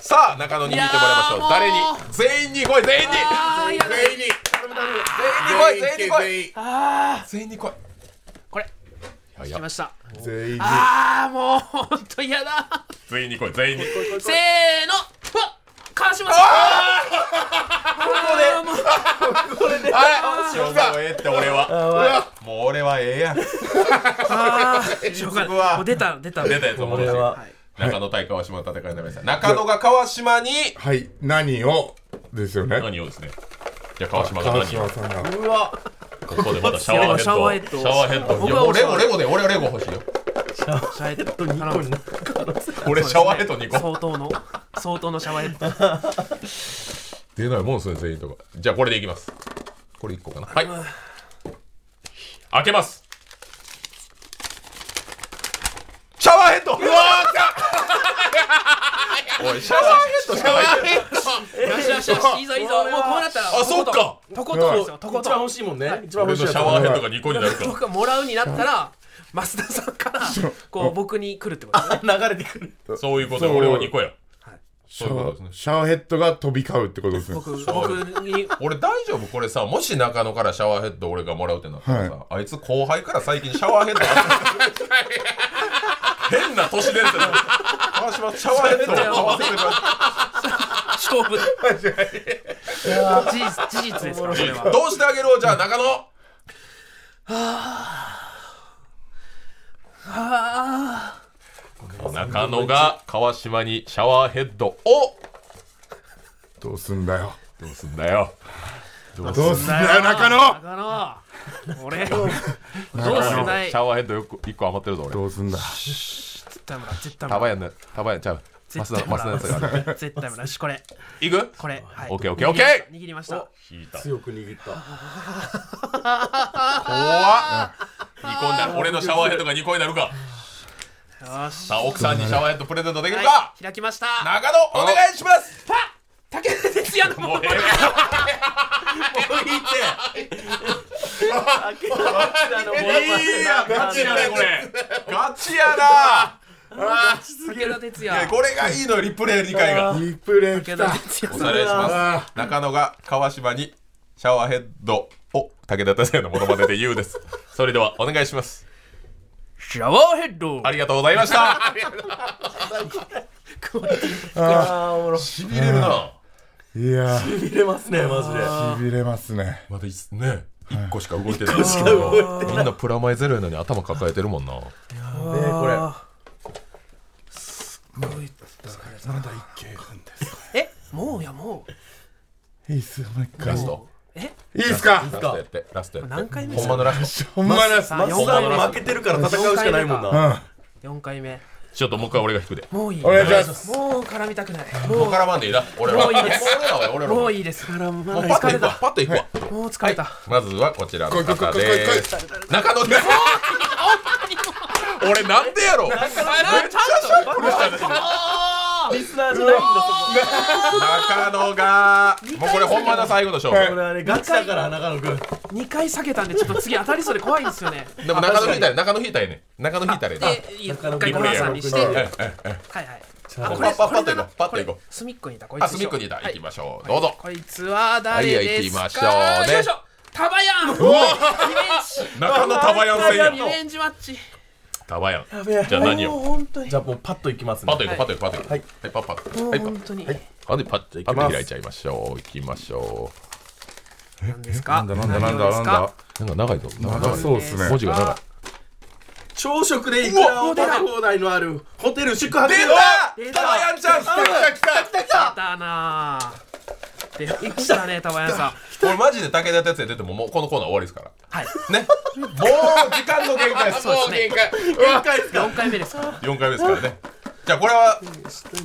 さあ中野に引いてもらいましょう。
いやーもう
誰に全員に来い全員に
あーやべ
全員に
全員に来い全員に来い
員
全員に来い。
これ
いや
来ました
全員に
ああもう本当嫌だ
全員に来い全員に。
せーのうわ川島さんここで
あれしょうがええって俺は。もう俺はええやん。
ああしょうが
僕は
ないもう出た出た
出たやつも
これは
中野対川島の戦いになりました。中野が川島に
はい何をですよね
何をですね。じゃあ川島が
川
何を
島さんが
ここでまたシャワーヘッド。
シャワーヘッド
シャワーヘッド。い
僕
や
は
俺レゴレゴで俺はレゴ欲しいよ。
シャワーヘッド2個にな
俺シャワーヘッド2個。
相当の相当のシャワーヘッド
出ないもんですね全員とか。じゃあこれでいきます。これ1個かな。はい。開けます。シャワーヘッド。うわーおいシャワーヘッドしかない。
よしよしよしいいぞいいぞもうこうなったら
あそっか。
とことんですよとこと
一
ん
番欲しいもんね一番
俺
欲
の
しい
シ
や
ャ
つ
ワーヘッドが2個になるから。
僕がもらうになったら増田さんからこう僕に来るってことですね
流れてくる
そういうことで俺は2個や。
シ
そういうことですね
ャワーヘッドが飛び交うってことですね
僕僕に
俺大丈夫これさもし中野からシャワーヘッド俺がもらうってなったらさ、あいつ後輩から最近シャワーヘッ ドが変な都市伝 説川島シャワーヘッドを買わせてくださ
勝負事実事実ですからこれ
い
は
どうしてあげろじゃあ中野
あ
中野が川島にシャワーヘッドを
どうすんだよ
どうすんだよ
どうすんだよ中
あ
野
中野俺どうすんない
シャワーヘッドよく1個余ってるぞ俺
どうすんだ
絶対もらう絶対
タ
もら
バ
う
ヤンのタバヤンちゃう
絶
増田
対も
増田
ら
の
う
やつがある
絶対もらうしこれ
いく
これはい
オッケーオッケーオッケ
握りました握りま
引いた
した
強く握った
怖っ2個になる俺のシャワーヘッドが2個になるか
よし
さあ奥さんにシャワーヘッドプレゼントできるか、
はい開きました
中野お願いします
竹内哲也のもの
ええガチやねこれガチやな
武田鉄
え
矢
これがいいのよリプレイ理解が
リプレイ来
武
た
田鉄矢
おさらいします中野が川島にシャワーヘッドを武田鉄矢のモノマネで言う ですそれではお願いします
シャワーヘッド
ありがとうございました
あーおもろ
しびれるない
やー
見れますねマジ
し
で
びれますね
まだいつね1個しか動いてないみんなプラマイゼロやのに頭抱えてるもんな
ねこれ
えもうやもう
いいっすよもう一回
ラスト
いいっすか
ラストやってラストやって
何回目
ほんまのラスト
ほんまラスト
さあ
マス
4
さ
回目
ん負けてるから戦うしかないもん
う
な。
ん
4回目
ちょっともう一回俺が引くで
もういい
お願いします
もう絡みたくない
も
も
う絡まんでいいな俺ら
もういいです
俺らは俺
う
らは
も
も
う
う
いいです
パッといくわ
疲
パッといくわ
もう疲れた、
まずはこちらの
来い来い来
方
い来い来い
で
来い
す中野です俺なんでやろ
リスナーじゃないんだ
中野がもうこれほんまの最後の勝負、
はい
これあれガチだから中野くん
2回下げたんでちょっと次当たりそうで怖いんですよね
でも中野引いたら中野引いたらね中野引いたらね
で一
中野
回
君
ご飯さんにして
中
は
野
い
君
はい
パ
あ
ッ
これ
パッ
こ
パッ
れ
と
だ
いこ
な
うパッといこう
隅っこにいたこいつ
あ
でしょ
隅っこにいた
は
行きましょうどうぞ
こいつは誰ですか、
はい行きましょうね
よいしょタバヤンリベ
中野タバヤン戦や
ンジリベンジマッチ
タバヤン
やべえ
じゃあ何を
もう本当にじゃあもうパッといきますね
パッといこうパッといこうパッといこうはいパッパッ
も
は
う
いパッ
本当に
パッパッと開いちゃいましょう行きましょ
何ですか
なんだなんだなんだなんだ
うなんか長いぞ長い
長そうっすね
文字が長い
朝食でいくらを食べ放題のあるホテル宿泊出
出
タバヤンちゃん
ただなぁ出ましたねタバヤンさん
これマジで武田鉄矢出てももうこのコーナー終わりですから
はい
ねもう時間の限界ですもう限界
4回目ですか
4回目ですからねじゃあこれは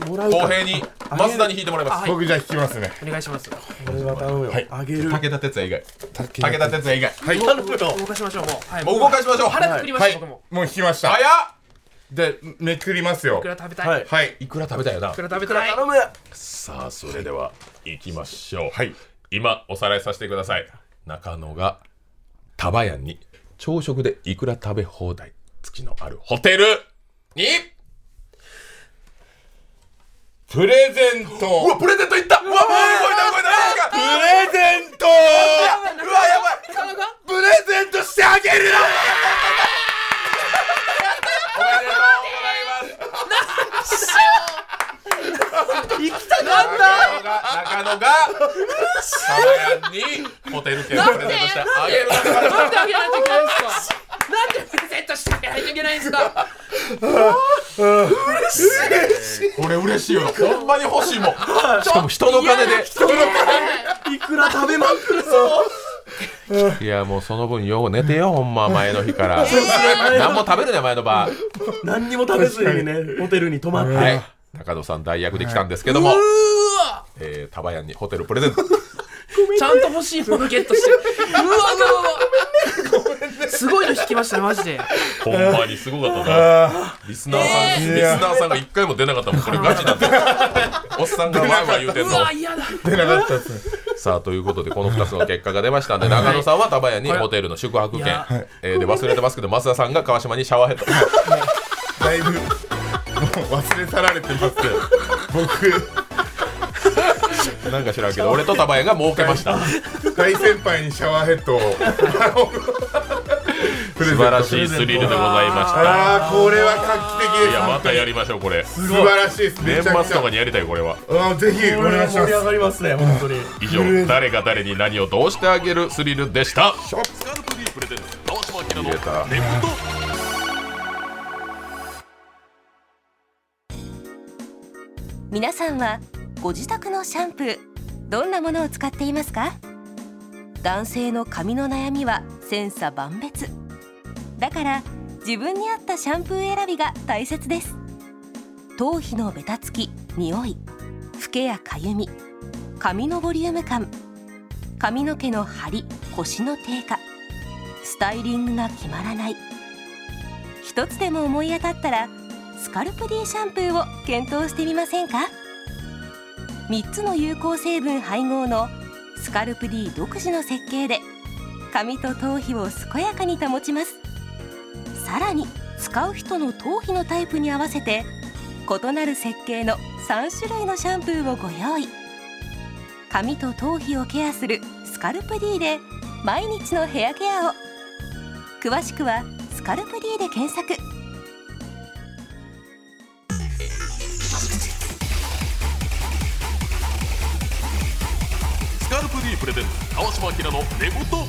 もらう
公
か
平に増田に引いてもらいます
はい
僕じゃあ引きますね
お願いします
これは頼むよあげる
武田鉄矢以外武田鉄矢以外
頼むよ
動かしましょうもうはい
もう動かしましょう
腹くくりまし
は
た
い
僕も
もう引きました
早っ
でめくりますよ
いくら食べた
はいい
い
はい
いくら食べたよな
くら食べたい
頼む
さあそれでは行きましょう
はい
今おさらいさせてください中野がタバヤンに朝食でいくら食べ放題月のあるホテルに
プレゼント
うわプレゼントいったうわもう動いた動いた
プレゼント
うわやばい
プレゼントしてあげる
中野が中野がタバヤンにホテル券をプレゼントしてあげる
なんであげないといけないんですかなんでプレゼントしてあげないといけないんですか
これ嬉しいよほんまに欲しいもんしかも人の金で
いくら食べまくるぞ
いやもうその分よう寝てよほんま前の日 から何も食べるね前の場
何にも食べずにねホテルに泊まって
はい、高野さん代役で来たんですけども、えー、タバヤンにホテルプレゼント。
ちゃんと欲しいものゲットしてるうわうわうわすごいの引きましたねマジで
ほんまにすごかったな。リスナーさん、
えー
リスナーさんが一回も出なかったもん、これ ガチだって。おっさんがワイワイ言うてん
う
の。
わ嫌だ
出なかったですね
さあ、ということで、この2つの結果が出ましたんで、中野さんはタバヤンに
これ
ホテルの宿泊券
いや、
えーで、忘れてますけど、増田さんが川島にシャワーヘッド。
だいぶもう忘れ去られてますけど僕
なんか知らんけど、俺とタバヤンが儲けました。
大先輩にシャワーヘッドをプレ
素
ゼント
晴らしいスリルでございました。
ああこれは画期的です
いや、またやりましょう、これ。
素晴らしいです
年
めち
末
ゃくち
と
ゃ
かにやりたい、これは。
うんぜひお
これ
願いし
盛
ま
り
す
上がりますね本当に
以上誰が誰に何をどうしてあげるスリルでしたショップスカルプ D プレゼンツ川島明のレモンド
皆さんはご自宅のシャンプーどんなものを使っていますか男性の髪の悩みは千差万別だから自分に合ったシャンプー選びが大切です頭皮のベタつき、匂い、フけやかゆみ、髪のボリューム感髪の毛の張り、腰の低下スタイリングが決まらない一つでも思い当たったらスカルプ D シャンプーを検討してみませんか3つの有効成分配合のスカルプ D 独自の設計で髪と頭皮を健やかに保ちますさらに使う人の頭皮のタイプに合わせて異なる設計の3種類のシャンプーをご用意髪と頭皮をケアするスカルプ D で毎日のヘアケアを詳しくは「スカルプ D」で検索
スカルプ D プレゼンツ川島明の寝言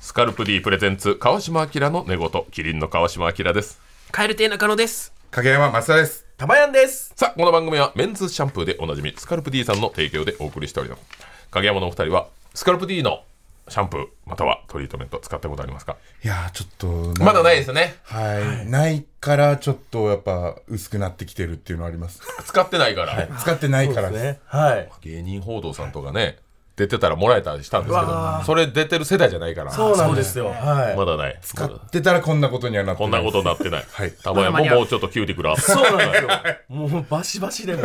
スカルプ D プレゼンツ川島明の寝言キリンの川島明です
カエル亭中野です
影山正です
たまやんです
さあこの番組はメンズシャンプーでおなじみスカルプ D さんの提供でお送りしております影山のお二人はスカルプ D のシャンプーまたはトリートメント使ったことありますか
いやーちょっと
まだないですよね
はい、ないからちょっとやっぱ薄くなってきてるっていうのはあ ります
使ってないから、
使ってない
そう
か
で
ら
す
です
ね。はい。
芸人報道さんとかね出てたらもらえたりしたんですけどそれ出てる世代じゃないから
そうなんですよ。はい。
まだない
使ってたらこんなことにはなって
こん
な
ないことになってない
はい
たまやももうちょっとキューティクルあった
そうなんですよ。もうバシバシでも。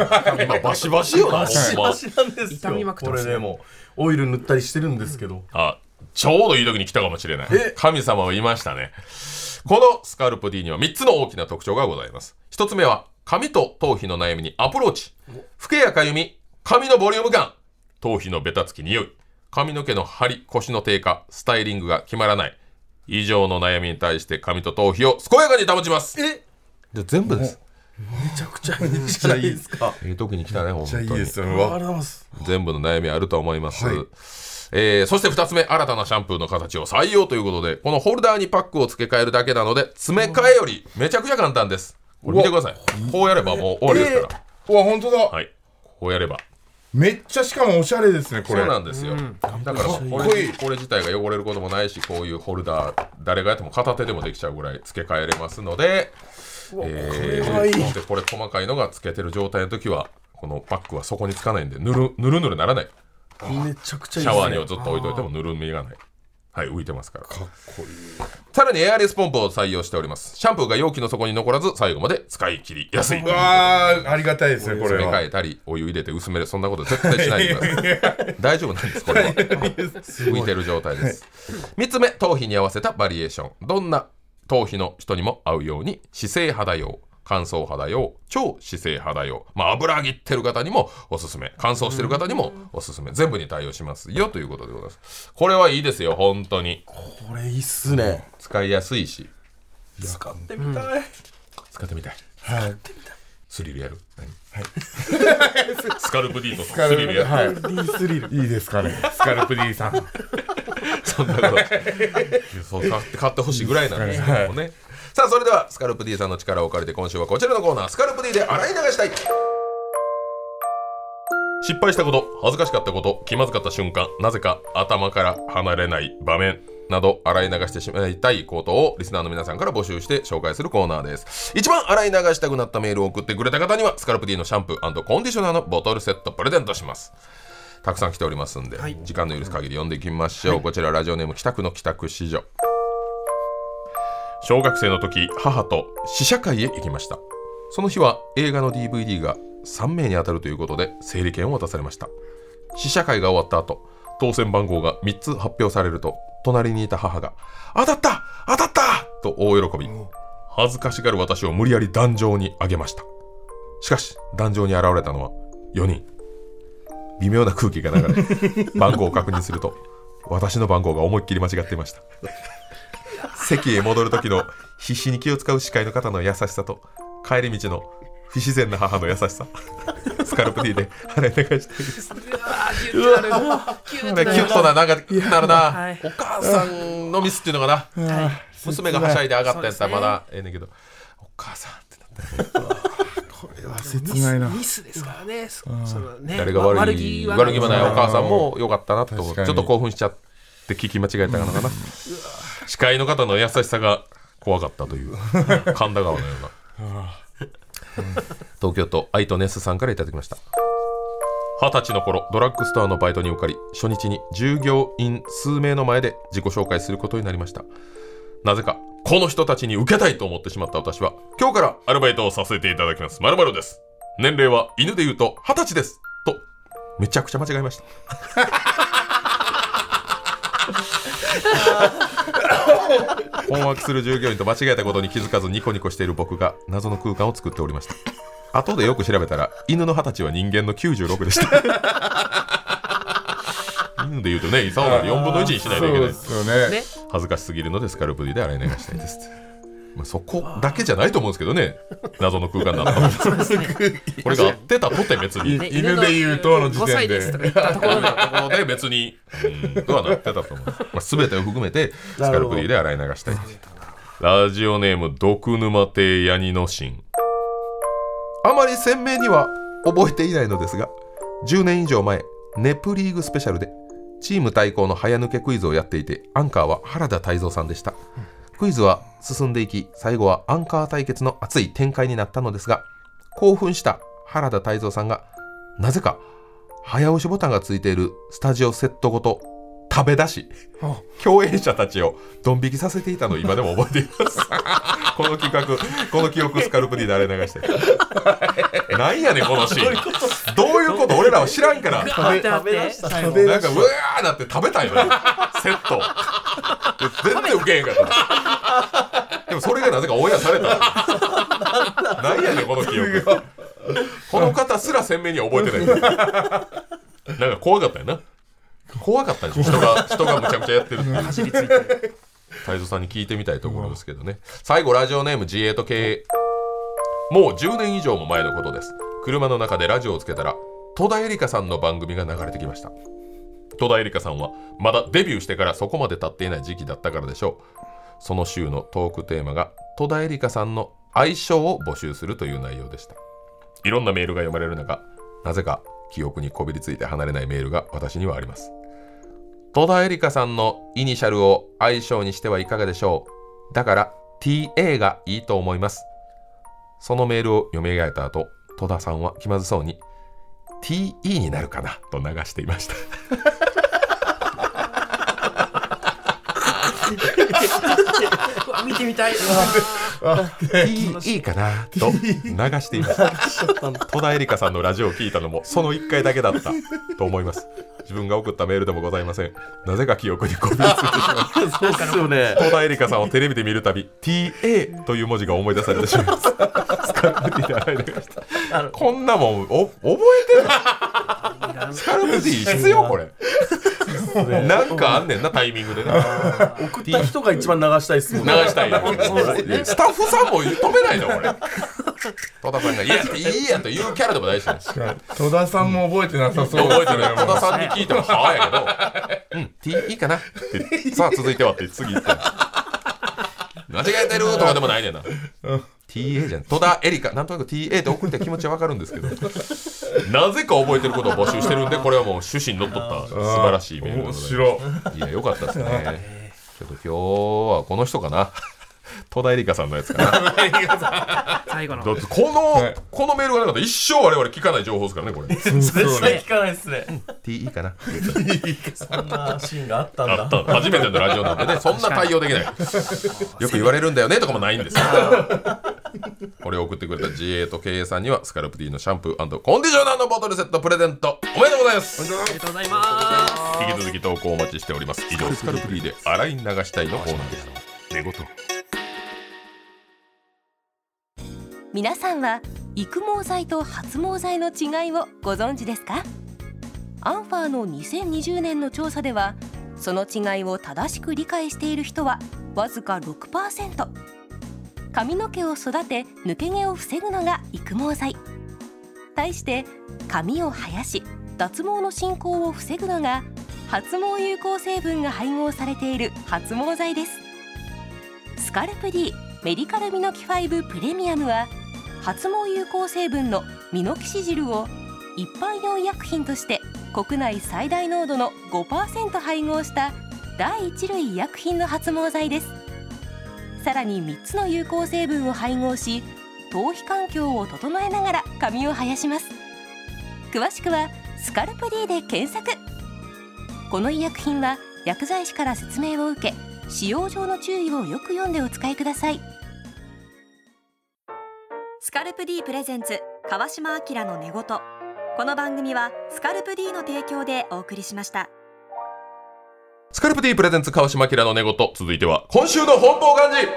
今バシバシよな
バシ
ほん
バ
ま
シなんですよ。
痛みまくって
こ
ま
れ
すね
でもうオイル塗ったりしてるんですけど。
あちょうどいい時に来たかもしれない神様はいましたねこのスカルプ D には3つの大きな特徴がございます1つ目は髪と頭皮の悩みにアプローチふけやかゆみ髪のボリューム感頭皮のベタつき匂い髪の毛の張り腰の低下スタイリングが決まらない以上の悩みに対して髪と頭皮を健やかに保ちますえ全部です
めちゃくちゃいいじゃないですか。
ええ時に来たね本
めっちゃいいですよ
あ
う
りがとう
わ
ございます。
全部の悩みあると思います、
はい
えーそして2つ目新たなシャンプーの形を採用ということでこのホルダーにパックを付け替えるだけなので詰め替えよりめちゃくちゃ簡単ですこれ見てくださいこうやればもう終わりですから、
うわ本当だ、
はいこうやれば
めっちゃしかもおしゃれですねこ
そう
れ
なんですよ、だからこ
こい
れ
い
これ自体が汚れることもないしこういうホルダー誰がやっても片手でもできちゃうぐらい付け替えれますのでえーでこれ細かいのが付けてる状態の時はこのパックは底につかないんでぬるぬるぬるならない
めちゃくちゃい
シャ
いですね。
ワーにをずっと置いといてもぬるみがない。はい、浮いてますから。
かっこいい
さらにエアレスポンプを採用しております。シャンプーが容器の底に残らず、最後まで使い切りやすい。
うわーありがたいですねこれ
詰め
は
替えたり、お湯入れて薄める、そんなこと絶対しないでください。大丈夫なんです、これは。浮いてる状態です。3つ目、頭皮に合わせたバリエーション。どんな頭皮の人にも合うように、姿勢肌用。乾燥肌用、超姿勢肌用、まあ、油切ってる方にもおすすめ、乾燥してる方にもおすすめ、全部に対応しますよということでございます。これはいいですよ、本当に。
これいいっすね。
使いやすいし
使ってみたい。
使ってみたい
はい
スリルやる何、スカルプ D とス
スカ
リル
ルプ
やる
はい、スリルいいですかねスカルプ D さん
そんなことそう買って買ってほしいぐらいなんですけどもね、さあそれではスカルプ D さんの力を借りて今週はこちらのコーナースカルプ D で洗い流したい失敗したこと恥ずかしかったこと気まずかった瞬間なぜか頭から離れない場面など洗い流してしまいたいことをリスナーの皆さんから募集して紹介するコーナーです一番洗い流したくなったメールを送ってくれた方にはスカルプ D のシャンプーコンディショナーのボトルセットプレゼントしますたくさん来ておりますんで、時間の許す限り読んでいきましょう、こちらラジオネーム北区の帰宅子女小学生の時母と試写会へ行きましたその日は映画の DVD が3名に当たるということで整理券を渡されました試写会が終わった後当選番号が3つ発表されると隣にいた母が「当たった当たった!」と大喜び恥ずかしがる私を無理やり壇上に上げましたしかし壇上に現れたのは4人微妙な空気が流れ 番号を確認すると私の番号が思いっきり間違っていました席へ戻る時の必死に気を使う司会の方の優しさと帰り道の不自然な母の優しさスカルプ D で払い流したいですキュッとななんかなるな、
はい
お母さんのミスっていうのかな、
はい
娘がはしゃいで上がったやつはまだ
そ
ええねんけど、お母さんってなって
切ないな
ミスですからねそそのね
誰が悪い
わ
悪気はないお母さんも良かったなと思って
確かに
ちょっと興奮しちゃって聞き間違えたのかな司会の方の優しさが怖かったと いう神田川のような東京都愛とネスさんからいただきました二十歳の頃ドラッグストアのバイトに受かり初日に従業員数名の前で自己紹介することになりましたなぜかこの人たちに受けたいと思ってしまった私は今日からアルバイトをさせていただきますまるです年齢は犬で言うと二十歳ですとめちゃくちゃ間違えました困惑する従業員と間違えたことに気づかずニコニコしている僕が謎の空間を作っておりました後でよく調べたら犬の二十歳は人間の96でした犬で言うとねいさおなり4分の1にしないといけない
そうですよね
ね
恥ずかしすぎるのでスカルプ D で洗い流したいですまあそこだけじゃないと思うんですけどね謎の空間だったと思うんですけどこれが合ってたとて別に
ね
犬で言うとの時点で
5歳ですとか言ったところで
ところで別に、うん、とはなってたと思う。まあ、全てを含めて、スカルプ D で洗い流したい。ラジオネーム、毒沼亭ヤニの神。あまり鮮明には覚えていないのですが、10年以上前、ネプリーグスペシャルで、チーム対抗の早抜けクイズをやっていてアンカーは原田泰造さんでしたクイズは進んでいき最後はアンカー対決の熱い展開になったのですが興奮した原田泰造さんがなぜか早押しボタンがついているスタジオセットごと食べ出し共演者たちをドン引きさせていたのを今でも覚えています この企画この記憶スカルプに慣れ流 してなんやねんこのシーンどういうこと俺らは知らんから
ガーってなって
食べ
なんかうわーなって食べた んよねセットで全然ウケへんかったでもそれがなぜかオンエアされたなんやねんこの記憶この方すら鮮明には覚えてないなんか怖かったよな怖かったんでしょ人が人がむちゃくちゃやってるっていう
走りついて
太蔵さんに聞いてみたいところですけどね、最後ラジオネーム G8 系もう10年以上も前のことです車の中でラジオをつけたら戸田恵梨香さんの番組が流れてきました戸田恵梨香さんはまだデビューしてからそこまで経っていない時期だったからでしょうその週のトークテーマが戸田恵梨香さんの愛称を募集するという内容でしたいろんなメールが読まれる中なぜか記憶にこびりついて離れないメールが私にはあります戸田恵梨香さんのイニシャルを愛称にしてはいかがでしょうだから TA がいいと思いますそのメールを読み上げた後戸田さんは気まずそうに TE になるかなと流していました
うわ見てみたい
TE かなと流していました戸田恵梨香さんのラジオを聞いたのもその1回だけだったと思います自分が送ったメールでもございませんなぜか記憶にこびりついてしまう
そうですよね。
戸田恵梨香さんをテレビで見るたび TA という文字が思い出されてしまいますスカルプティで洗い流したこんなもんお覚えてるスカルプティ必要これなんかあんねんなタイミングでね
送った人が一番流したいですもん
流
ね。
したいよスタッフさんも止めないのこれ戸田さんが「いやいいや」というキャラでもないしね
戸田さんも覚えてなさそう
覚えてるよ戸田さんに聞いても「はあ」やけど「 うん、T いいかな」ってさあ続いてはって次行って間違えてるとかでもないねんな TA じゃん戸田エリカなんとなく TA って送りたい気持ちはわかるんですけどなぜか覚えてることを募集してるんでこれはもう趣旨にのっとった素晴らしいメールでご
面
ざいます
白
いやよかったですねちょっと今日はこの人かな 戸田エリカさんのやつかな
最後の
だってこの、
はい
このメールがなかったら一生我々聞かない情報ですからねこれ
絶対聞かないですね
TE かな
そんなシーンがあったん
あ
だ
っ。た初めてのラジオなんでねそんな対応できないよく言われるんだよねとかもないんですよ これを送ってくれた GA と KA さんにはスカルプ D のシャンプーコンディショナーのボトルセットプレゼントおめでとうございます
ありがとうございます
引き続き投稿お待ちしております以上スカルプ D で洗い流したいのコーナーでした寝言
皆さんは育毛剤と発毛剤の違いをご存知ですかアンファーの2020年の調査ではその違いを正しく理解している人はわずか6%髪の毛を育て抜け毛を防ぐのが育毛剤対して髪を生やし脱毛の進行を防ぐのが発毛有効成分が配合されている発毛剤ですスカルプ D メディカルミノキ5プレミアムは発毛有効成分のミノキシジルを一般用医薬品として国内最大濃度の5%配合した第一類医薬品の発毛剤ですさらに3つの有効成分を配合し頭皮環境を整えながら髪を生やします詳しくは「スカルプ D」で検索この医薬品は薬剤師から説明を受け使用上の注意をよく読んでお使いください
スカルプ D プレゼンツ川島明の寝言この番組はスカルプ D の提供でお送りしました
スカルプ D プレゼンツ川島明の寝言続いては今週の本望漢字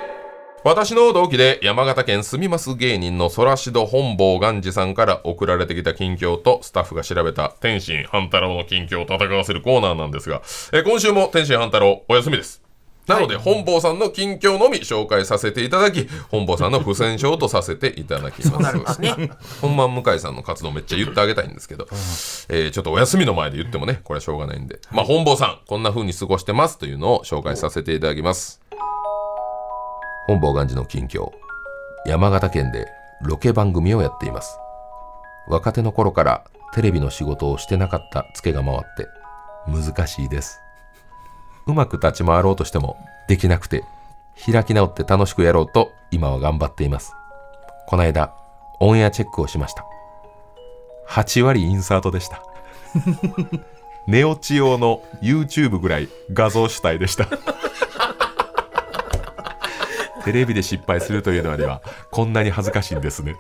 私の同期で山形県住みます芸人のソラシド本坊元治さんから送られてきた近況とスタッフが調べた天心半太郎の近況を戦わせるコーナーなんですが、えー今週も天心半太郎お休みです。なので、本坊さんの近況のみ紹介させていただき、本坊さんの不戦勝とさせていただきます。 本番向井さんの活動めっちゃ言ってあげたいんですけど、えーちょっとお休みの前で言ってもね、これはしょうがないんで、まあ本坊さん、こんな風に過ごしてますというのを紹介させていただきます。本坊元治の近況山形県でロケ番組をやっています若手の頃からテレビの仕事をしてなかったツケが回って難しいですうまく立ち回ろうとしてもできなくて開き直って楽しくやろうと今は頑張っていますこの間オンエアチェックをしました8割インサートでした 寝落ち用の YouTube ぐらい画像主体でした テレビで失敗するというのはではこんなに恥ずかしいんですね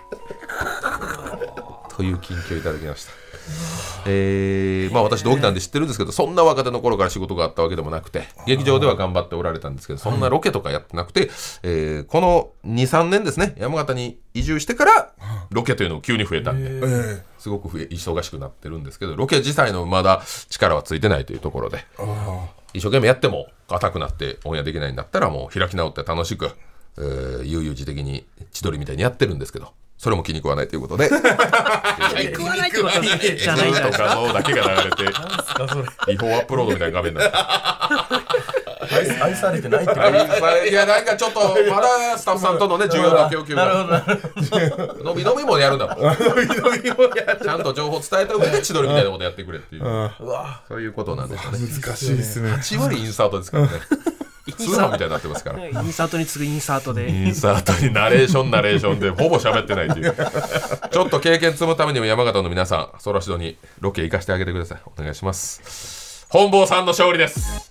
という近況をいただきましたえーまあ私同期なんで知ってるんですけどそんな若手の頃から仕事があったわけでもなくて劇場では頑張っておられたんですけどそんなロケとかやってなくて、えーこの23年ですね山形に移住してからロケというのを急に増えたんで、すごく増え忙しくなってるんですけどロケ自体のまだ力はついてないというところで一生懸命やっても硬くなってオンエアできないんだったらもう開き直って楽しく、えー悠々自適に千鳥みたいにやってるんですけどそれも気に食わないということで。
食わないってことじゃないじゃない
と画像だけが流れて違法アップロードみたいな画面になって
愛愛されてないってこと
いやなんかちょっとまだスタッフさんとのね重要な供給がのびのびもやるんだもんちゃんと情報伝えた上で千鳥みたいなことやってくれっていうそういうことなんですよね
難しいですね。
8割インサートですからね通販みたいになってますから
インサートに次ぐインサートで
インサートにナレーションナレーションでほぼ喋ってないっていうちょっと経験積むためにも山形の皆さんソラシドにロケ行かしてあげてくださいお願いします本坊さんの勝利です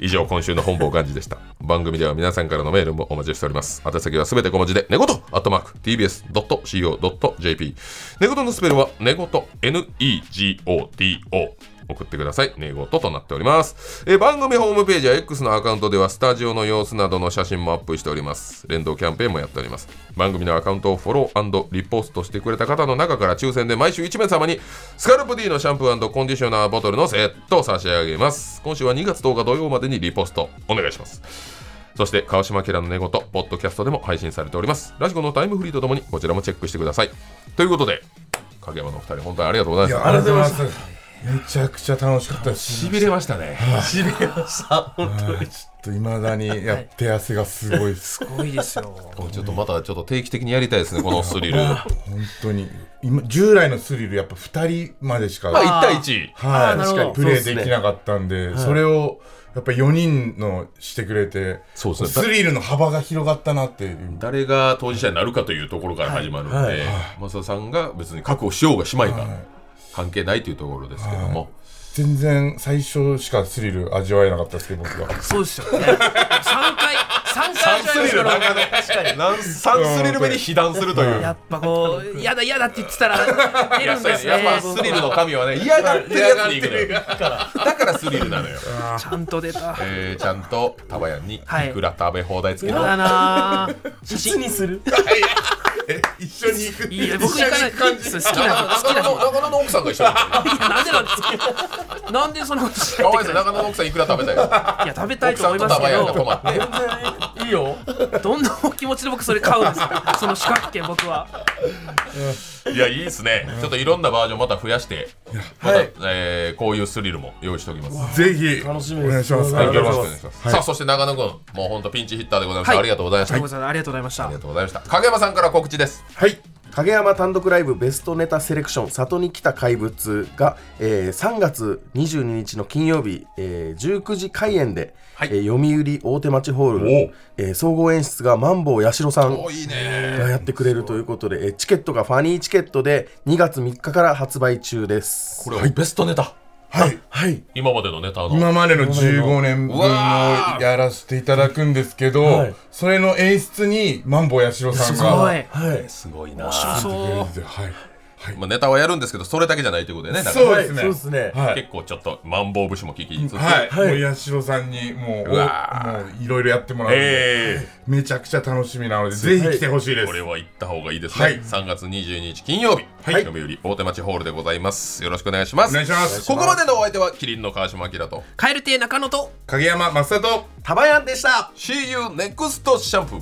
以上今週の本坊幹事でした番組では皆さんからのメールもお待ちしております宛先はすべて小文字で寝言アットマーク tbs.co.jp 寝言のスペルは寝言 negoto 送ってください。寝言となっております。えー番組ホームページや X のアカウントではスタジオの様子などの写真もアップしております。連動キャンペーンもやっております。番組のアカウントをフォローリポストしてくれた方の中から抽選で毎週1名様にスカルプ D のシャンプーコンディショナーボトルのセットを差し上げます。今週は2月10日土曜までにリポストお願いします。そして川島明の寝言、ポッドキャストでも配信されております。ラジコのタイムフリーとともにこちらもチェックしてください。ということで、影山のお二人、本当にありがとうござい
い
ま
や、
す。
ありがとうございます。めちゃくちゃ楽しかったです。
しびれましたね。
しびれました 本当に
いまだにやっ手汗がすごいです。
すごいですよ
ちょっとまたちょっと定期的にやりたいですね、このス リル。ま
本当に。今従来のスリルやっぱ二人までしか。
あ、1対1。
は
あー
い、
なるほど
確かにプレイできなかったんで、それをやっぱ4人のしてくれて、
そうですね
スリルの幅が広がったなっていう。
誰が当事者になるかというところから始まるので、
はい
マサさんが別に覚悟しようがしまいが、関係ないというところですけども、
全然最初しかスリル味わえなかったですけど、僕は。
そうですよね3回3回ぐらいですから
何3スリル目に被弾するという。
やっぱこう嫌だ嫌だって言ってたら出るん
そう
で
や
す
ねやっぱス
ね
リルの神はね、嫌がってるやつに行くのよ。だからスリルなのよ。
ちゃんと出た
えー、ちゃんと、タバヤンに、い
はい
くら食べ放題付き
嫌
の、
だなぁ
父にする
一緒に行く
いや僕行かないそう好きな人好き
中
な
野
人
の中野の奥さんが一緒に。か
なんでなんですかなんでそんなことしない
わいそう、中野の奥さんいくら食べたよ。
いや食べたい
奥
と
さん
思い
と
ます
タ
け
バヤンが泊
ど
まって。
いいよ
どんなお気持ちで僕それ買うんですかその四角券僕はい
や、いいですね。ちょっといろんなバージョンまた増やして、また、えーこういうスリルも用意しておきます。
ぜひ、
楽しみ
お
です
願いします。
は
は
い、よ
い
ろしくお願いします。さあ、そして長野くん、もう本当ピンチヒッターでございました。
はい
ありがとうございました。
ごめんなさいありがとうございました
ありがとうございました。影山さんから告知です。
はい影山単独ライブベストネタセレクション「里に来た怪物が」えー3月22日の金曜日、えー19時開演で、
はい
えー読売大手町ホール、えー総合演出がマンボウ八代さん
おいいね。
がやってくれるということで、えーチケットがファニーチケットで2月3日から発売中です
これ、はベストネタ。
はい。
はい
今までのネタの。
今までの15年分を
うわー
やらせていただくんですけど、
はい
それの演出にマンボウ八代さん
すご
が
い
はい
すごいな。
そう
出てくれてはいはい
まあ、ネタはやるんですけど、それだけじゃないということでね。だから
そうですね
そうですね
はい
結構ちょっと、マンボウ節も聞きつつ。
はい、
はい
もう八代さんにもう
うわ
おもういろいろやってもらうんで、
えー
めちゃくちゃ楽しみなのでぜひ来てほしいです
これは行った方がいいですね。
はい
3月22日金曜日、
はい
読売大手町ホールでございます。よろしくお願いします。
お願いします
ここまでのお相手は、キリンの川島明と。
カエル亭中野と
影山正人
タバヤンでした
「See you next シャンプー」